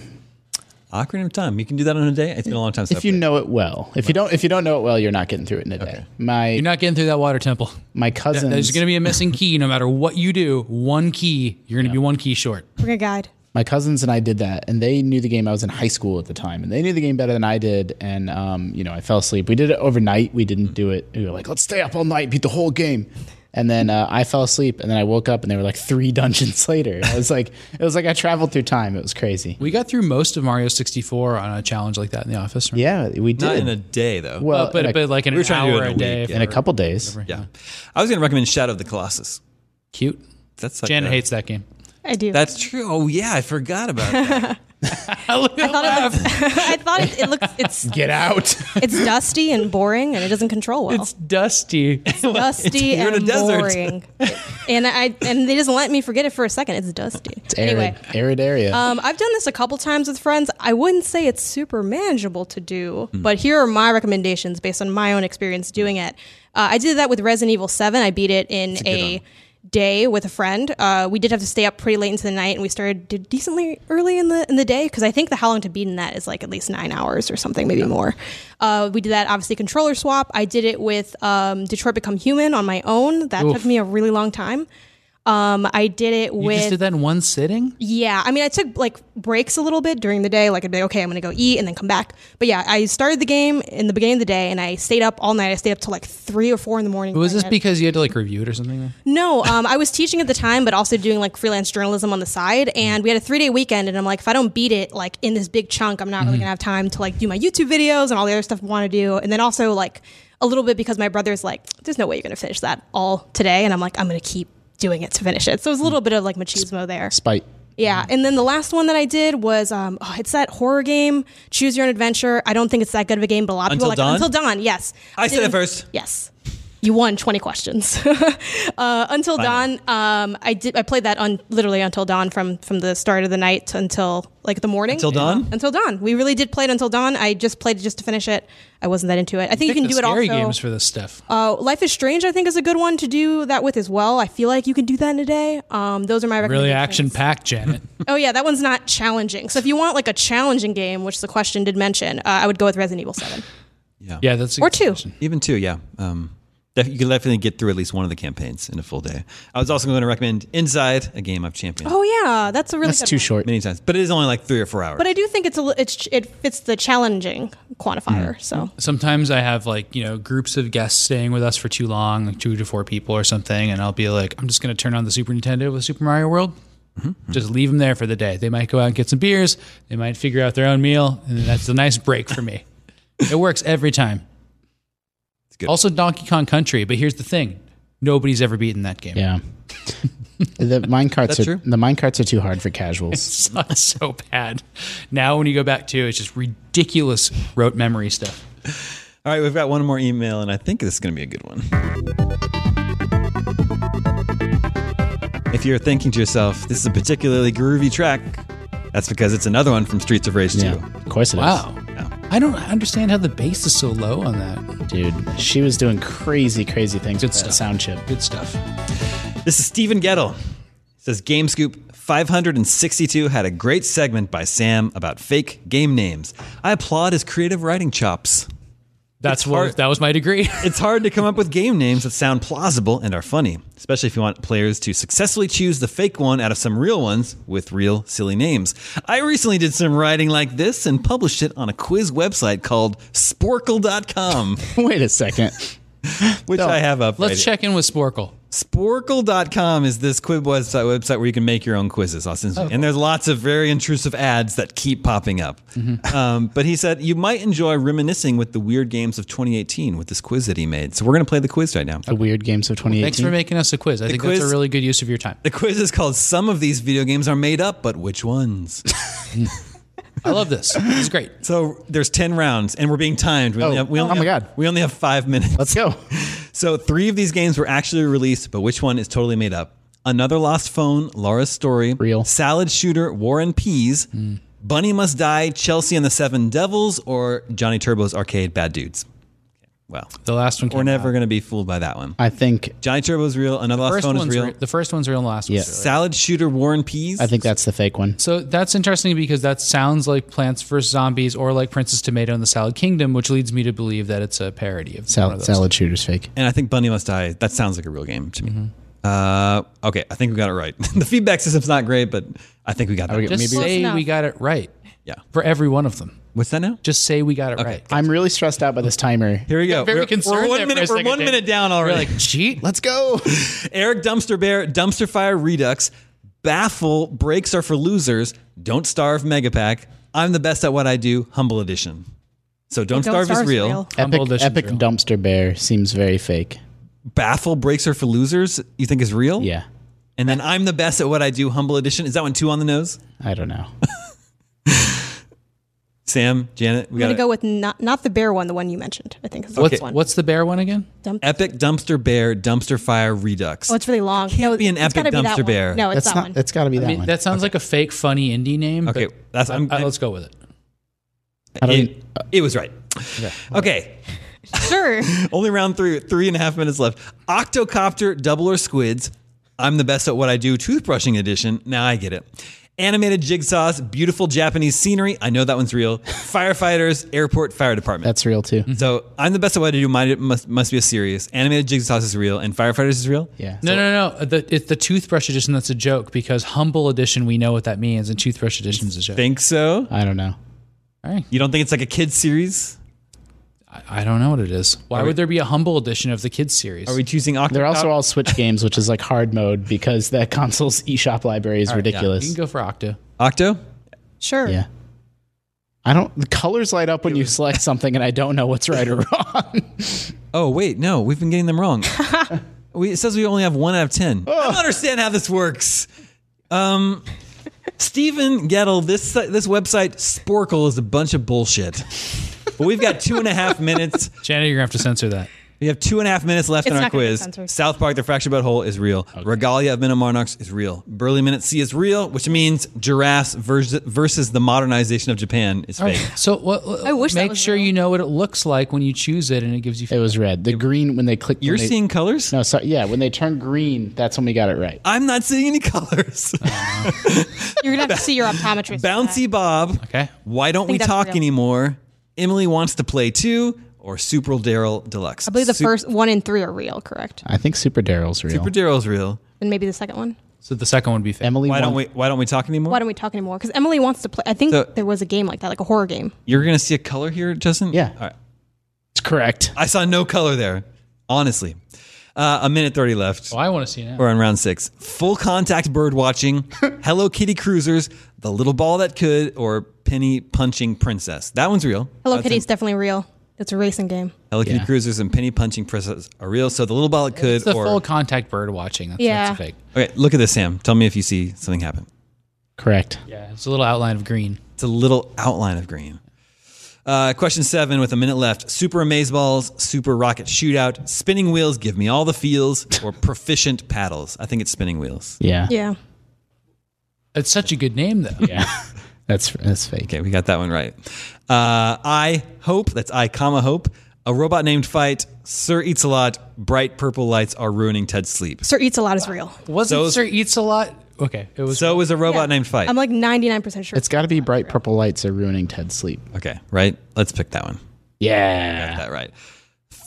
Ocarina of Time. You can do that on a day. It's been a long time since If you know it well. If you don't. If you don't know it well, you're not getting through it in a day. My You're not getting through that water temple. my cousins. There's going to be a missing key no matter what you do. One key, you're going to be one key short. We're gonna guide. my cousins and I did that, and they knew the game. I was in high school at the time, and they knew the game better than I did. And um, you know, I fell asleep. We did it overnight. We didn't do it. We were like, let's stay up all night, beat the whole game. And then uh, I fell asleep, and then I woke up, and they were like three dungeons later. I was like, it was like I traveled through time. It was crazy. We got through most of Mario 64 on a challenge like that in the office. Right? Yeah, we did. Not in a day though. well, Uh, but, in, a, but like in we were an trying to do it hour in a, a day. week, if yeah. in a ever. couple days. Whatever. yeah. I was going to recommend Shadow of the Colossus. Cute. That's like Janet the- hates that game. I do. That's true. Oh yeah, I forgot about that. I thought it looked, I thought it, it looks it's Get out. it's dusty and boring and it doesn't control well. It's dusty. dusty You're in a and desert. boring. and I and they doesn't let me forget it for a second. It's dusty. It's arid, anyway, arid area. um, I've done this a couple times with friends. I wouldn't say it's super manageable to do, but here are my recommendations based on my own experience doing it. Uh, I did that with Resident Evil Seven. I beat it in a. Day with a friend. Uh, we did have to stay up pretty late into the night, and we started de- decently early in the in the day because I think the how long to beat in that is like at least nine hours or something, maybe more. Uh, we did that obviously controller swap. I did it with um, Detroit Become Human on my own. That took me a really long time. Um, I did it You with just did that in one sitting? yeah, I mean, I took like breaks a little bit during the day. Like I'd be like, okay, I'm gonna go eat and then come back. But yeah, I started the game in the beginning of the day, and I stayed up all night. I stayed up till like three or four in the morning. Was this playing it. because you had to like review it or something? No, um, I was teaching at the time, but also doing like freelance journalism on the side. Mm-hmm. And we had a three day weekend, and I'm like, if I don't beat it like in this big chunk, I'm not Mm-hmm. really gonna have time to like do my YouTube videos and all the other stuff I want to do. And then also like a little bit because my brother's like, there's no way you're gonna finish that all today, and I'm like, I'm gonna keep doing it to finish it. So it was a little bit of like machismo there. Spite. Mm-hmm. Yeah, and then the last one that I did was um, oh, it's that horror game, Choose Your Own Adventure. I don't think it's that good of a game, but a lot of Until people like Dawn? Until Dawn. Yes, I said did- it first. Yes, You won 20 questions. uh, Until Dawn, um, I did. I played that on literally Until Dawn from from the start of the night until like the morning. Until Dawn? Until Dawn. We really did play it Until Dawn. I just played it just to finish it. I wasn't that into it. I think you can do it scary also. games for this stuff. Uh, Life is Strange, I think, is a good one to do that with as well. I feel like you can do that in a day. Um, those are my recommendations. really action packed, Janet. Oh yeah, that one's not challenging. So if you want like a challenging game, which the question did mention, uh, I would go with Resident Evil Seven yeah, that's a or good two. suggestion. Even two, yeah. Um, def- you can definitely get through at least one of the campaigns in a full day. I was also going to recommend Inside, a game I've championed Oh yeah, that's a really That's good too one. short. many times, but it is only like three or four hours. But I do think it's a li- it's it fits the challenging Mm. quantifier. So Sometimes I have like you know groups of guests staying with us for too long, like two to four people or something, and I'll be like, I'm just going to turn on the Super Nintendo with Super Mario World. Just leave them there for the day. They might go out and get some beers. They might figure out their own meal, and that's a nice break for me. It works every time. good. Also, Donkey Kong Country, but here's the thing: nobody's ever beaten that game. Yeah. the mine carts are Is that true? the mine carts are too hard for casuals. It's not so bad. Now, when you go back to, it, it's just ridiculous rote memory stuff. All right, we've got one more email, and I think this is going to be a good one. If you're thinking to yourself, this is a particularly groovy track, that's because it's another one from Streets of Rage 2. Yeah, of course it is. Wow. Yeah. I don't understand how the bass is so low on that. dude, she was doing crazy, crazy things Good with that stuff. sound chip. Good stuff. This is Stephen Gettle. It says Game Scoop 562 had a great segment by Sam about fake game names. I applaud his creative writing chops. That's hard. what that was my degree. It's hard to come up with game names that sound plausible and are funny, especially if you want players to successfully choose the fake one out of some real ones with real silly names. I recently did some writing like this and published it on a quiz website called sporkle.com, Wait a second. which I have up. Let's right here. check in with Sporkle. Sporkle.com is this quiz website, website where you can make your own quizzes. Austin. And there's lots of very intrusive ads that keep popping up. Um, but he said, you might enjoy reminiscing with the weird games of 2018 with this quiz that he made. So we're going to play the quiz right now. The weird games of 2018. Thanks for making us a quiz. I think that's quiz- a really good use of your time. The quiz is called Some of These Video Games Are Made Up, but Which Ones? I love this. This is great. so there's 10 rounds and we're being timed. We only Oh. have, we only Oh my have- God. We only have five minutes. Let's go. So three of these games were actually released, but which one is totally made up? Another Lost Phone, Laura's Story, Real. Hmm. Salad Shooter, War and Peas, Bunny Must Die, Chelsea and the Seven Devils, or Johnny Turbo's Arcade Bad Dudes. Well, The last one. Came we're never going to be fooled by that one. Oh I think Johnny Turbo's real. Another Out. Lost First Phone is one's real. real. The first one's real. And the last one's Yeah. real. Salad Shooter, War and Peas. I think that's the fake one. So that's interesting because that sounds like Plants vs Zombies or like Princess Tomato and the Salad Kingdom, which leads me to believe that it's a parody of one Salad, of those. salad shooter's fake. And I think Bunny Must Die, that sounds like a real game to me. Mm-hmm. Uh, okay, I think we got it right. the feedback system's not great, but I think we got that. we- right. Just Maybe- say enough. we got it right Yeah. for every one of them. What's that now? Just say we got it right. I'm really stressed out by this timer. Here we go. very we're, concerned we're there one for a minute. We're second, one Dave. minute down already. Like cheat. Let's go. Eric Dumpster Bear, Dumpster Fire Redux, Baffle, Breaks Are for Losers, Don't Starve Megapack, I'm the Best at What I Do, Humble Edition. So Don't, Starve, is real. Epic, Humble edition's epic real. dumpster bear seems very fake. Baffle, Breaks Are for Losers, you think is real? Yeah. And then I'm the Best at What I Do, Humble Edition. Is that one two on the nose? I don't know. Sam, Janet, we I'm got gonna it. go with not not the bear one, the one you mentioned. I think is the What's, next one. what's the bear one again? Epic Dumpster Bear, Dumpster Fire Redux. Oh, it's really long. Can't be an epic dumpster bear. No, it's That's that not. one. That's got to be that I mean, one. that sounds like a fake, funny indie name. Okay, but that's- Uh, I- I'm- I- let's go with it. I don't it, it was right. okay. sure. Only round three, three and a half minutes left. Octocopter, Double or Squids. I'm the best at what I do, toothbrushing edition. Now I get it. Animated jigsaws, beautiful Japanese scenery. I know that one's real. Firefighters, airport, fire department. that's real too. Mm-hmm. so I'm the best at what I do. Mine must, must be a series. Animated jigsaws is real, and firefighters is real. Yeah. No, no, no. The, it's the toothbrush edition that's a joke because humble edition, we know what that means, and toothbrush edition is a joke. Think so? I don't know. All right. You don't think it's like a kids series? I, I don't know what it is. Why would there be a humble edition of the kids series? Are we choosing Octocopter? They're also all Switch games, which is like hard mode because that console's eShop library is you ridiculous. can go for Octo. Octo? Sure. Yeah. I don't. The colors light up when you select something, and I don't know what's right or wrong. Oh wait, no, we've been getting them wrong. we, it says we only have one out of ten. I don't understand how this works. Um, Stephen Gettle, this this website Sporkle is a bunch of bullshit. but we've got two and a half minutes. Janet, you're going to have to censor that. We have two and a half minutes left It's in our not gonna get quiz. censored. South Park: The Fractured Butthole is real. Regalia of Minimonarchs is real. Burly Minute C is real, which means giraffes versus, versus the modernization of Japan is fake. So well, I wish that make was sure real. you know what it looks like when you choose it, and it gives you. It was red. The green when they click. You're when they- seeing colors. No, sorry. Yeah, when they turn green, that's when we got it right. I'm not seeing any colors. You're gonna have to see your optometrist. for Bouncy Bob. okay. Why don't we that's talk real. anymore? Emily wants to play two or Super Daryl Deluxe. that. I believe the first one and three are real, correct? I think Super Daryl's real. Super Daryl's real. And maybe the second one. So the second one would be fake. Emily, Why don't won- we? Why don't we talk anymore? Why don't we talk anymore? Because Emily wants to play. I think So- there was a game like that, like a horror game. You're gonna see a color here, Justin. Yeah. All right. It's correct. I saw no color there. Honestly, uh, a minute thirty left. Oh, I want to see now. We're on round six. Full contact bird watching, Hello Kitty cruisers, the little ball that could, or penny punching princess. That one's real. Hello That's Kitty in- is definitely real. It's a racing game. Hello Kitty Yeah. cruisers and penny punching princess are real. So the little ball that could, It's the or full contact bird watching. That's, Yeah. that's fake. okay, look at this, Sam. Tell me if you see something happen. Correct. Yeah, it's a little outline of green. It's a little outline of green. Uh, question seven with a minute left. Super amazeballs, super rocket shootout, spinning wheels, give me all the feels, or proficient paddles. I think it's spinning wheels. Yeah. Yeah. It's such a good name though. Yeah. That's that's fake. Okay, we got that one right. Uh, I hope that's I comma hope. A robot named Fight, Sir Eats a Lot, bright purple lights are ruining Ted's sleep. Sir Eats a Lot is real. Wasn't So- Sir Eats a lot? Okay, it was. So is a robot Yeah. named Fight. I'm like 99% sure. It's got to be bright purple lights are ruining Ted's sleep. okay, right? Let's pick that one. Yeah. That right.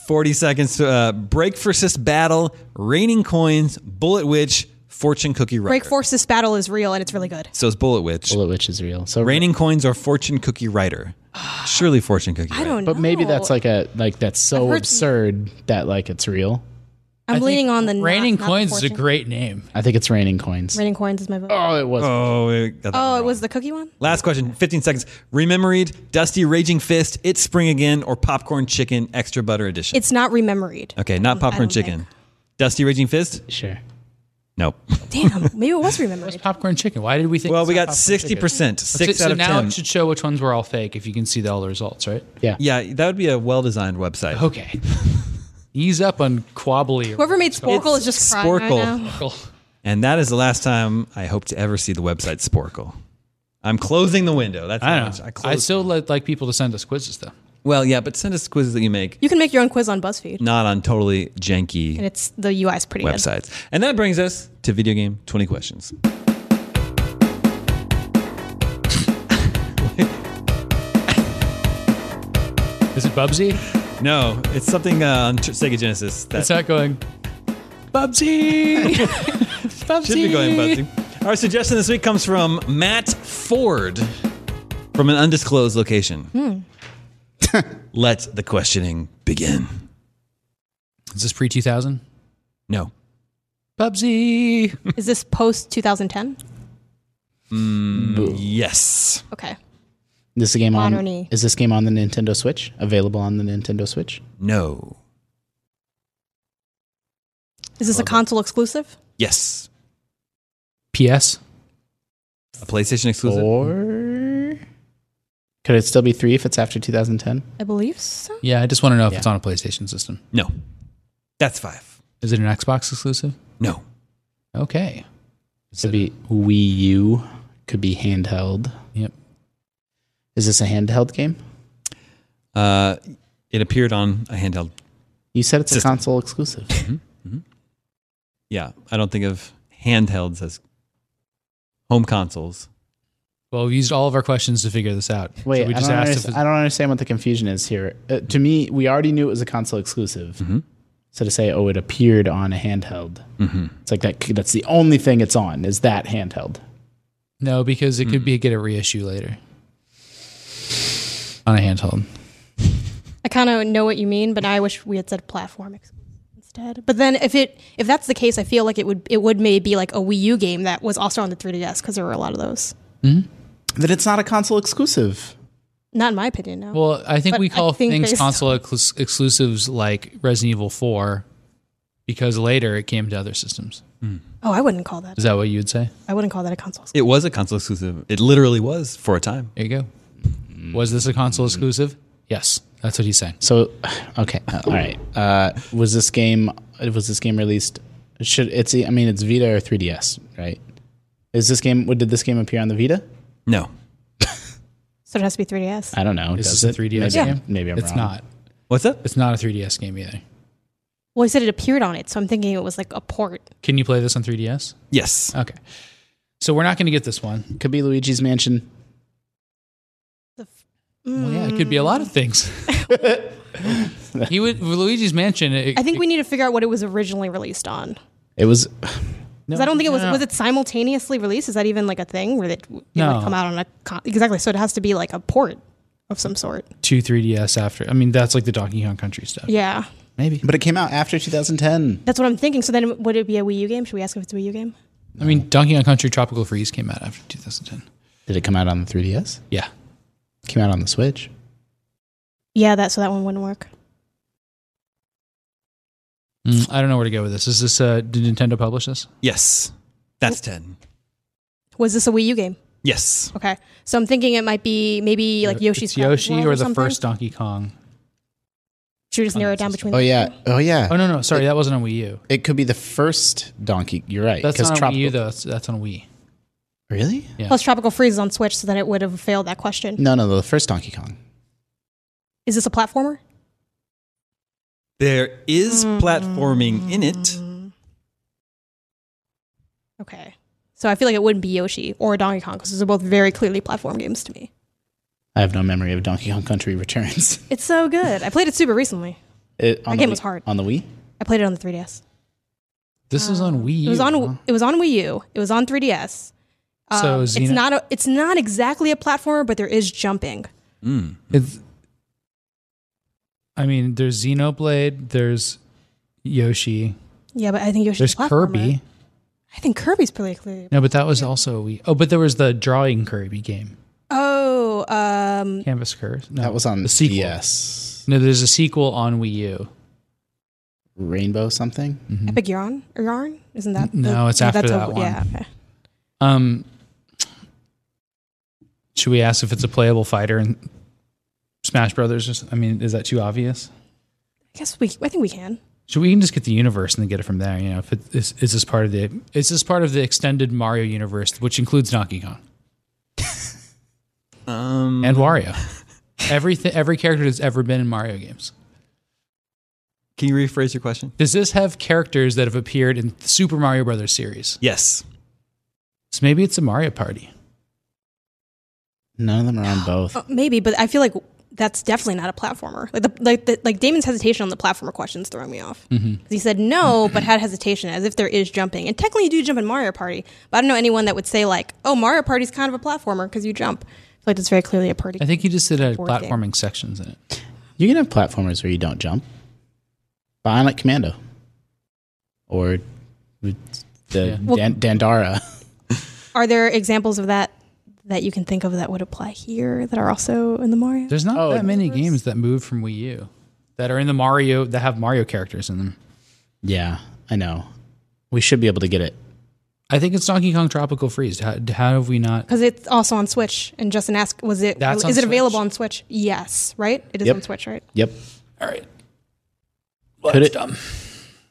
40 seconds to uh, break for sis battle, raining coins, bullet witch, fortune cookie writer. Break Forces Battle is real and it's really good. So it's bullet witch. Bullet Witch is real. So Raining coins or fortune cookie writer. Surely fortune cookie. I don't know. But maybe that's like a like that's Oh. I've so heard- absurd that like it's real. I'm leaning on the not- Raining not Coins is a fortune. great name. I think it's raining coins. Raining Coins is my vote. Oh, it was. Oh, we got that oh, one it wrong. was the cookie one? Last question, 15 seconds. Rememoried, Dusty Raging Fist, It's Spring Again, or Popcorn Chicken Extra Butter Edition? It's not rememoried. okay, not Popcorn don't Chicken. Dusty Raging Fist? Sure. Nope. Damn, maybe it was remembered. Popcorn chicken. Why did we think? Well, it's we got not popcorn 60%, chicken? 6 so, out so of now 10. it should show which ones were all fake if you can see the, all the results, right? Yeah. yeah, that would be a well designed website. Okay. Ease up on quabbly. Whoever made Sporkle is just crying right Sporkle. now. And that is the last time I hope to ever see the website Sporkle. I'm closing the window. That's I how don't much know. I I, closed. still like, like people to send us quizzes though. well, yeah, but send us quizzes that you make, You can make your own quiz on BuzzFeed. not on totally janky And it's the UI is pretty good. websites. And that brings us to video game 20 questions. Is it Bubsy? No, it's something uh, on Tr- Sega Genesis that It's not going. Bubsy. Bubsy. should be going buzzing. Our suggestion this week comes from Matt Ford from an undisclosed location. Let the questioning begin. Is this pre two thousand? No. Bubsy. Is this post 2010? Mm, Yes. Okay. This is a game on. Moderny. Is this game on the Nintendo Switch? Available on the Nintendo Switch? No. Is this a console exclusive? Yes. P.S. A PlayStation exclusive. Oh. Or could it still be three if it's after 2010? I believe so. Yeah, I just want to know if it's on a PlayStation system. No. That's five. Is it an Xbox exclusive? No. Okay. Could be Wii U. Could be handheld. Yep. Is this a handheld game? Uh, it appeared on a handheld. You said it's System. a console exclusive. Yeah, I don't think of handhelds as home consoles. Well, we've used all of our questions to figure this out. Wait, so we I, just don't asked asked if it's, I don't understand what the confusion is here. Uh, to me, we already knew it was a console exclusive. Mm-hmm. So to say, oh, it appeared on a handheld. Mm-hmm. It's like that. That's the only thing it's on is that handheld. no, because it could be get a reissue later on a handheld. I kind of know what you mean, but I wish we had said platform ex- instead. But then if it if that's the case, I feel like it would it would maybe be like a Wii U game that was also on the 3DS because there were a lot of those. That it's not a console exclusive. Not in my opinion, no. Well, I think But we I call think things based console ex- exclusives like Resident Evil Four because later it came to other systems. oh, I wouldn't call that. Is that what you would say? I wouldn't call that a console. It was a console exclusive. It literally was for a time. Mm-hmm. There you go. Was this a console exclusive? Yes. That's what he's saying. So, okay, uh, all right. Uh, was this game was this game released? Should it's I mean it's Vita or 3DS, right? Is this game? Did this game appear on the Vita? No. So it has to be 3DS. I don't know. Is Does this a it? 3DS Maybe- game? Maybe I'm It's wrong. not. What's up? It's not a 3DS game either. Well, he said it appeared on it, so I'm thinking it was like a port. Can you play this on 3DS? Yes. Okay. So we're not going to get this one. Could be Luigi's Mansion. Well, yeah, it could be a lot of things. he would Luigi's Mansion. It, I think we need to figure out what it was originally released on. It was. 'Cause I don't think it was was it simultaneously released. Is that even like a thing where it, it No. would come out on a con- exactly? So it has to be like a port of some sort. two 3DS after. I mean, that's like the Donkey Kong Country stuff. Yeah, Maybe. But it came out after 2010. that's what I'm thinking. So then would it be a Wii U game? Should we ask if it's a Wii U game? I mean, Donkey Kong Country Tropical Freeze came out after 2010. Did it come out on the 3DS? Yeah. It came out on the Switch. Yeah, that so that one wouldn't work. Mm, I don't know where to go with this. Is this uh did Nintendo publish this? Yes. That's Oh. 10. Was this a Wii U game? Yes. Okay, so I'm thinking it might be maybe like It's Yoshi's Crafted Yoshi World or, the something. first Donkey Kong. Should we just narrow it down Oh, between? Oh yeah. Oh yeah. Oh no, no, sorry, that wasn't on Wii U. It could be the first Donkey. You're right. That's not on Tropical- Wii U though. That's, that's on Wii. Really? Yeah. Plus, Tropical Freeze is on Switch, so then it would have failed that Mm. question. No, no. The first Donkey Kong. Is this a platformer? There is Hmm. platforming in it. Mm. Okay. So I feel like it wouldn't be Yoshi or Donkey Kong because those are both very clearly platform games to me. I have no memory of Donkey Kong Country Returns. It's so good. I played it super recently. It, on That the game Wii- was hard. On the Wii? I played it on the 3DS. This is on Wii. Oh. It was U, on it was on Wii U. It was on 3DS. Um, So it's Xeno- not a, it's not exactly a platformer, but there is jumping. Mm. It's, I mean, there's Xenoblade, there's Yoshi, Yeah, but I think Yoshi's there's a platformer. Kirby. I think Kirby's pretty clearly. No, but that was also a Wii. Oh, but there was the drawing Kirby game, Oh, um, Canvas Curse. No, That was on the sequel. DS. No, there's a sequel on Wii U. Rainbow something? Epic Yarn or Yarn? Isn't that? Mm-hmm. No, it's after that's a- that one. Yeah. okay. Um, should we ask if it's a playable fighter in Smash Brothers? or s- I mean, is that too obvious? I guess we. I think we can. So we can just get the universe and then get it from there. You know, if it, is, is this part of the is this part of the extended Mario universe, which includes Donkey Kong Um, Mm-hmm. and Wario, everything every character that's ever been in Mario games. can you rephrase your question? Does this have characters that have appeared in the Super Mario Brothers series? Yes. So maybe it's a Mario Party. None of them are on both. Uh, maybe, but I feel like that's definitely not a platformer. Like the like the, like Damon's hesitation on the platformer question's throwing me off. Mm-hmm. Because He said no, but had hesitation as if there is jumping, and technically you do jump in Mario Party. But I don't know anyone that would say like, "Oh, Mario Party's kind of a platformer because you jump." I feel like that's very clearly a party. I think you just did a Board game. platforming sections in it. You can have platformers where you don't jump. Bionic Commando. Or the Dan- Dandara. Are there examples of that that you can think of that would apply here that are also in the Mario? There's not Oh, that many games that move from Wii U that are in the Mario that have Mario characters in them. Yeah, I know. We should be able to get it. I think it's Donkey Kong Tropical Freeze. How, how have we not? Because it's also on Switch. And Justin asked, "Was it? Is That's on it available Switch. on Switch?" Yes, right. It is Yep. on Switch, right? Yep. All right. Could it,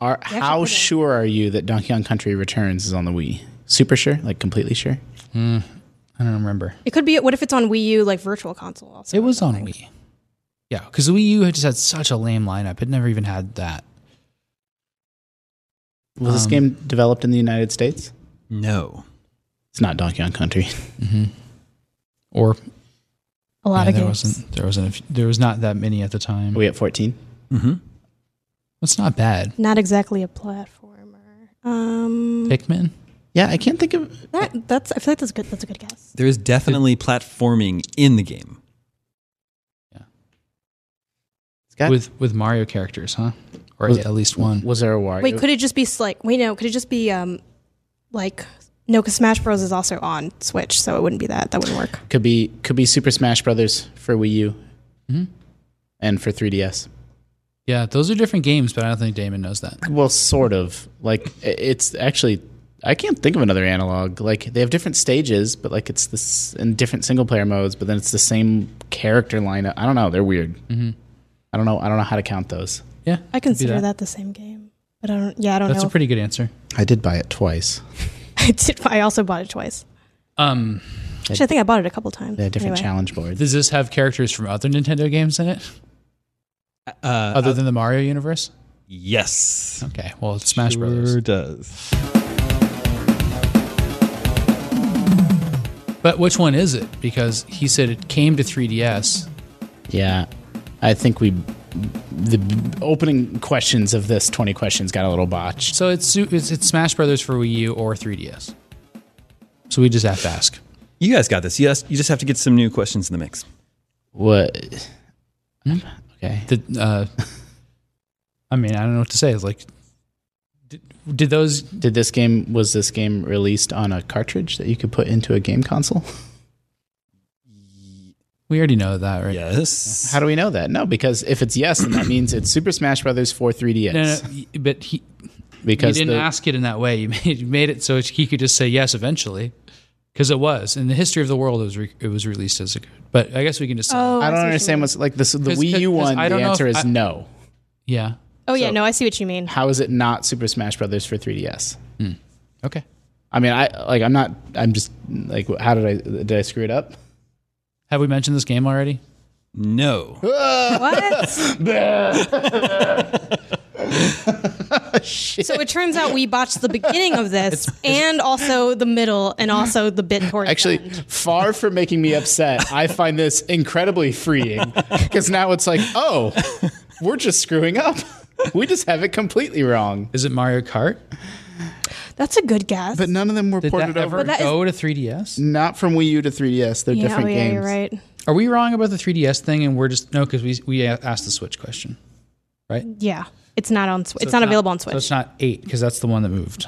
are, how could it. sure are you that Donkey Kong Country Returns is on the Wii? Super sure? Like completely sure? Hmm, I don't remember. It could be. What if it's on Wii U, like Virtual Console? Also, It was on Wii. Yeah, because Wii U had just had such a lame lineup. It never even had that. Was this Um, game developed in the United States? No. It's not Donkey Kong Country. Mm-hmm. Or a lot yeah, of there games. wasn't. There wasn't. A, f- there was not that many at the time. Are we at 14? Mm-hmm. It's not bad. Not exactly a platformer. Um, Pikmin. Yeah, I can't think of. that, that's. I feel like that's a good. That's a good guess. There is definitely platforming in the game. Scott? with with Mario characters, huh? Or Was- at least one. Was there a Wario? Wait, could it just be s- like? Wait, no. Could it just be um, like no? Because Smash Bros is also on Switch, so it wouldn't be that. That wouldn't work. could be could be Super Smash Brothers for Wii U, and for 3DS. Hmm? Yeah, those are different games, but I don't think Damon knows that. Well, sort of. Like i- it's actually I can't think of another analog. Like they have different stages, but like it's this in different single player modes, but then it's the same character lineup. I don't know. They're weird. I don't know. I don't know how to count those. Yeah, I consider that. that. the same game, but I don't. Oh, Yeah, I don't that's know. a pretty good answer. I did buy it twice. I did. I also bought it twice. Um, Actually, I think I bought it a couple times. They had different Anyway. challenge boards. does this have characters from other Nintendo games in it, Uh, other than the Mario universe? yes. Okay, well, it's Smash sure Brothers. does. But which one is it? Because he said it came to 3DS. Yeah, I think we the b- opening questions of this twenty questions got a little botched. So it's su- it's, it's Smash Brothers for Wii U or 3DS. So we just have to ask. You guys got this. Yes, you just have to get some new questions in the mix. What? Okay. The, uh, I mean, I don't know what to say. It's like, did, did those? Did this game was this game released on a cartridge that you could put into a game console? We already know that, right? Yes. How do we know that? No, because if it's yes, then that means it's Super Smash Brothers for 3DS. No, no, y- but he you because didn't the- ask it in that way. You made, you made it so he could just say yes eventually, because it was in the history of the world. It was re- it was released as a. But I guess we can just say, Oh, I don't see what you understand mean. what's like this. The 'Cause- Wii U 'cause- 'cause one. I The don't know answer if is I- no. yeah. Oh yeah, no, I see what you mean. How is it not Super Smash Brothers for 3DS? Okay. I mean, I like. I'm not. I'm just like. How did I? Did I screw it up? Have we mentioned this game already? No. What? so it turns out we botched the beginning of this, and also the middle, and also the bit towards. the Actually, end. far from making me upset, I find this incredibly freeing because now it's like, oh, we're just screwing up. We just have it completely wrong. Is it Mario Kart? that's a good guess. But none of them were Did ported that ever over. that is- go to 3DS? Not from Wii U to 3DS. They're yeah, different oh, yeah, games. you're right. Are we wrong about the 3DS thing? And we're just no, because we we a- asked the Switch question. Yeah, it's not on. Sw- it's, not available on Switch. So it's not eight because that's the one that moved.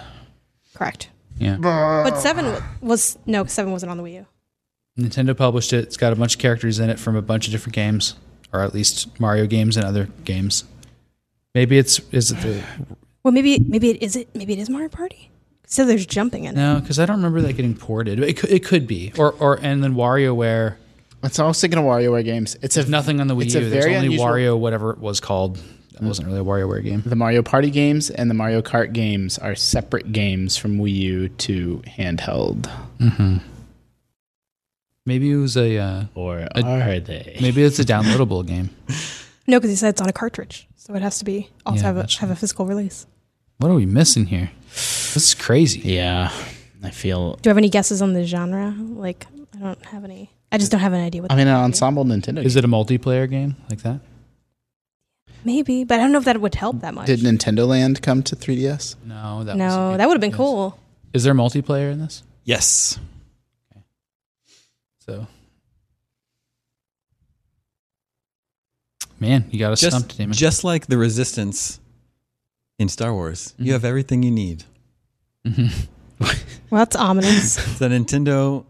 Correct. Yeah. Oh. But seven w- was no, seven wasn't on the Wii U. Nintendo published it. It's got a bunch of characters in it from a bunch of different games, or at least Mario games and other games. Maybe it's is it the Well, maybe maybe it is it maybe it is Mario Party. So there's jumping in it. no? Because I don't remember that getting ported. It could, it could be, or or and then WarioWare. It's also thinking of WarioWare games. It's a Nothing on the Wii It's a U. There's very only unusual- Wario, whatever it was called. That wasn't really a WarioWare game. The Mario Party games and the Mario Kart games are separate games from Wii U to handheld. Mm-hmm. Maybe it was a. Uh, Or are they? maybe it's a downloadable game. No, because he said it's on a cartridge, so it has to be also Yeah, have that's a have a physical release. What are we missing here? This is crazy. Yeah, I feel. Do you have any guesses on the genre? Like, I don't have any. I just don't have an idea what. I mean, an ensemble Nintendo. Is it a multiplayer game like that? maybe, but I don't know if that would help that much. Did Nintendo Land come to 3DS? No, that no, that would have been cool. Is there multiplayer in this? Yes. So, man, you got us Just, stumped, Damon. just like the resistance in Star Wars, you have everything you need. Mm-hmm. Well, that's ominous. It's a Nintendo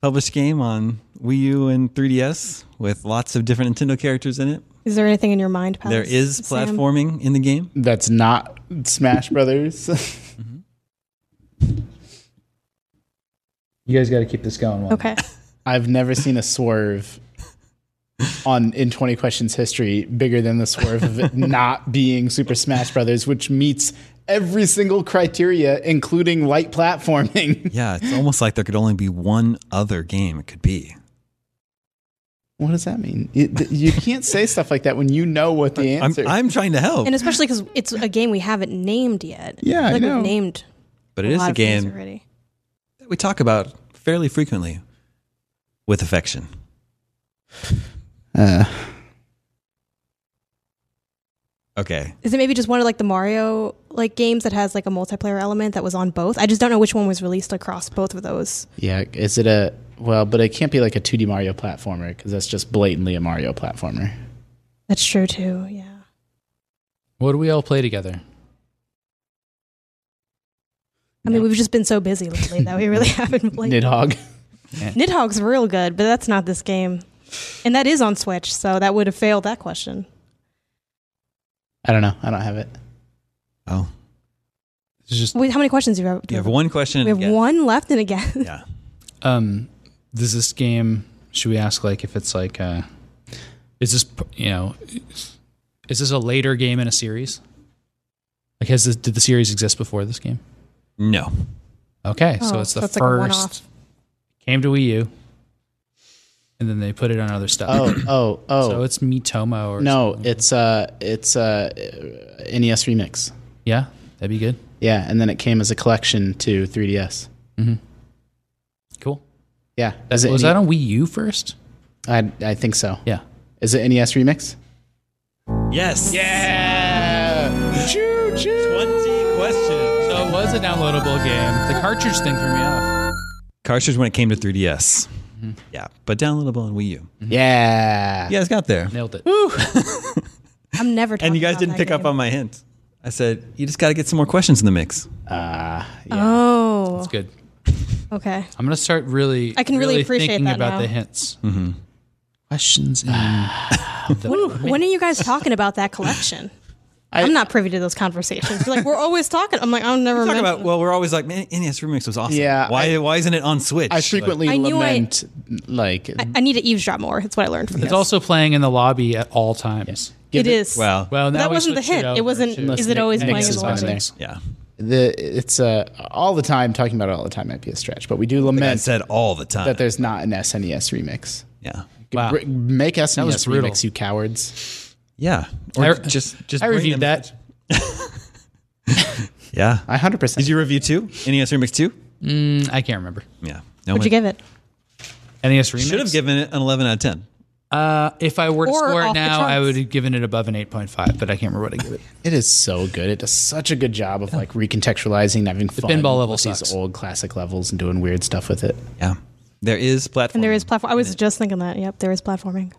published game on Wii U and 3DS with lots of different Nintendo characters in it. is there anything in your mind? Palace? There is Sam? platforming in the game. That's not Smash Brothers. you guys got to keep this going. Okay, I've never seen a swerve on in 20 questions history bigger than the swerve of it not being Super Smash Brothers, which meets every single criteria, including light platforming. Yeah, it's almost like there could only be one other game it could be. what does that mean? You, th- you can't say stuff like that when you know what the I'm, answer. I'm trying to help, and especially because it's a game we haven't named yet. Yeah, I I feel like know. we've named but a it is lot a of things game already. that we talk about fairly frequently with affection. uh, Okay. Is it maybe just one of like the Mario like games that has like a multiplayer element that was on both? I just don't know which one was released across both of those. yeah, is it a well? But it can't be like a 2D Mario platformer because that's just blatantly a Mario platformer. That's true too. Yeah. What do we all play together? I mean, we've just been so busy lately that we really haven't played. Nidhogg. Nidhogg's real good, but that's not this game. And that is on Switch, so that would have failed that question. I don't know. I don't have it. Oh, It's just Wait, how many questions do you have? you have one question. We have and a guess. one left and a guess. Yeah. um, does this game? Should we ask like if it's like uh, is this you know Is this a later game in a series? Like, has this, did the series exist before this game? No. Okay, so Oh, it's the so it's like a first. one-off. came to Wii U, and then they put it on other stuff. Oh, oh, oh. so it's Mitomo or no, something. it's uh, it's uh, NES remix. yeah, that'd be good. Yeah, and then it came as a collection to 3DS. Cool. Yeah, That, is it was NE that on Wii U first? I I think so. Yeah. Is it NES remix? Yes. Yeah. choo choo. 20 questions. So it was a downloadable game. The cartridge thing threw me off. Cartridge when it came to 3DS. Mm-hmm. Yeah, but downloadable on Wii U. Yeah. You guys got there. Nailed it. I'm never. Talking And you guys about didn't that pick up game. on my hint. I said, you just got to get some more questions in the mix. Oh, It's good. okay. I'm gonna start really. I can really appreciate thinking that about now. the hints. Questions. in Ah, the- When are you guys talking about that collection? I, am not privy to those conversations. You're like we're always talking. I'm like I'll never Talk remember. about, well, we're always like, man, NES Remix was awesome. Yeah, Why, I- why isn't it on Switch? I frequently I knew I- lament like I, I need to eavesdrop more. That's what I learned from It's this. also playing in the lobby at all times. give it is. Wow. Well, now that we wasn't the switched hint. It, over wasn't. to- Is Nick- it always Nick's playing in is the fine lobby? there. yeah. the it's uh, all the time talking about it all the time might be a stretch, but we do I lament said all the time. that there's not an SNES remix. yeah. Wow. Br- make SNES was brutal. remix, you cowards. Yeah. Or I- just, just I bring reviewed them- that. Yeah. I hundred Did percent. you review two? NES Remix 2? Mm, I can't remember. Yeah. No Would you give it? NES remix. Should have given it an 11 out of 10. Uh, if I were to Or score off it the now, I charts. would have given it above an eight point five, but I can't remember what I gave it. It is so good. It does such a good job of like recontextualizing and having fun. pinball level with sucks. these old classic levels and doing weird stuff with it. Yeah. There is platform. And there is platform. I was just thinking that. Yep, there is platforming.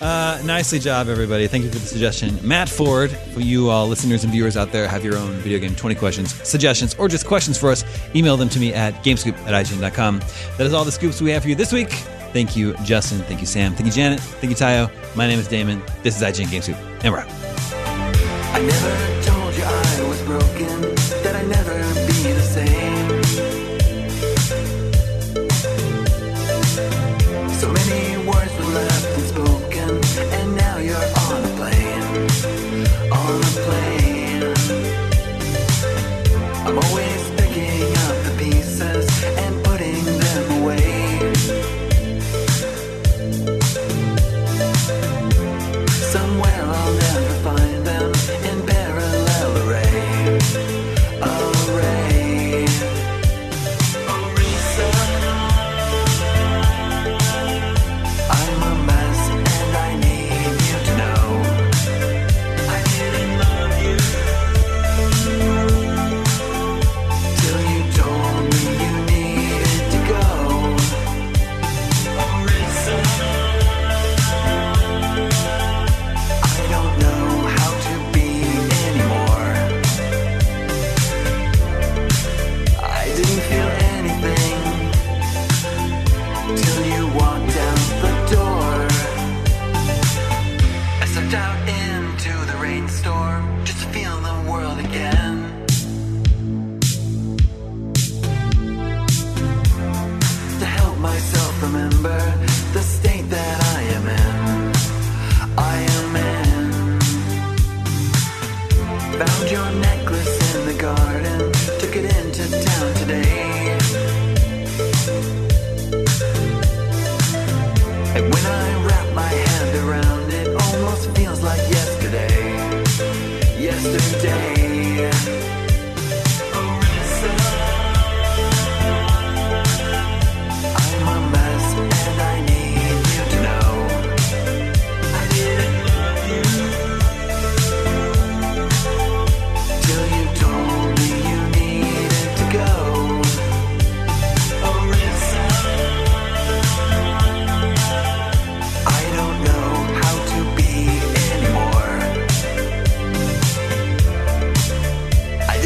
Uh, nicely job, everybody. Thank you for the suggestion. Matt Ford, for you all listeners and viewers out there, have your own video game 20 questions, suggestions, or just questions for us. Email them to me at gamescoop at IGN.com. That is all the scoops we have for you this week. Thank you, Justin. Thank you, Sam. Thank you, Janet. Thank you, Tayo. My name is Damon. This is IGN Gamescoop, and we're out. I never told you I was broken, that I'd never be the same. So many words were left unspoken, and now you're on a plane. On a plane. I'm always picking up the pieces and putting them away. Somewhere I'll never find them in parallel array. Array. Orisa. I'm a mess and I need you to know. I didn't love you. Till you told me you needed to go. Orisa. I don't know how to be anymore. I didn't feel anything till you walked out the door. I stepped out into the rainstorm just to feel the world again. To help myself remember the state that I am in. I am in. Found your necklace in the garden. Took it into town today. And when I wrap my hand around it, almost feels like yesterday. Yesterday. I'm a mess and I need you to know. Till you told me you needed to go. Oh, I don't know how to be anymore. I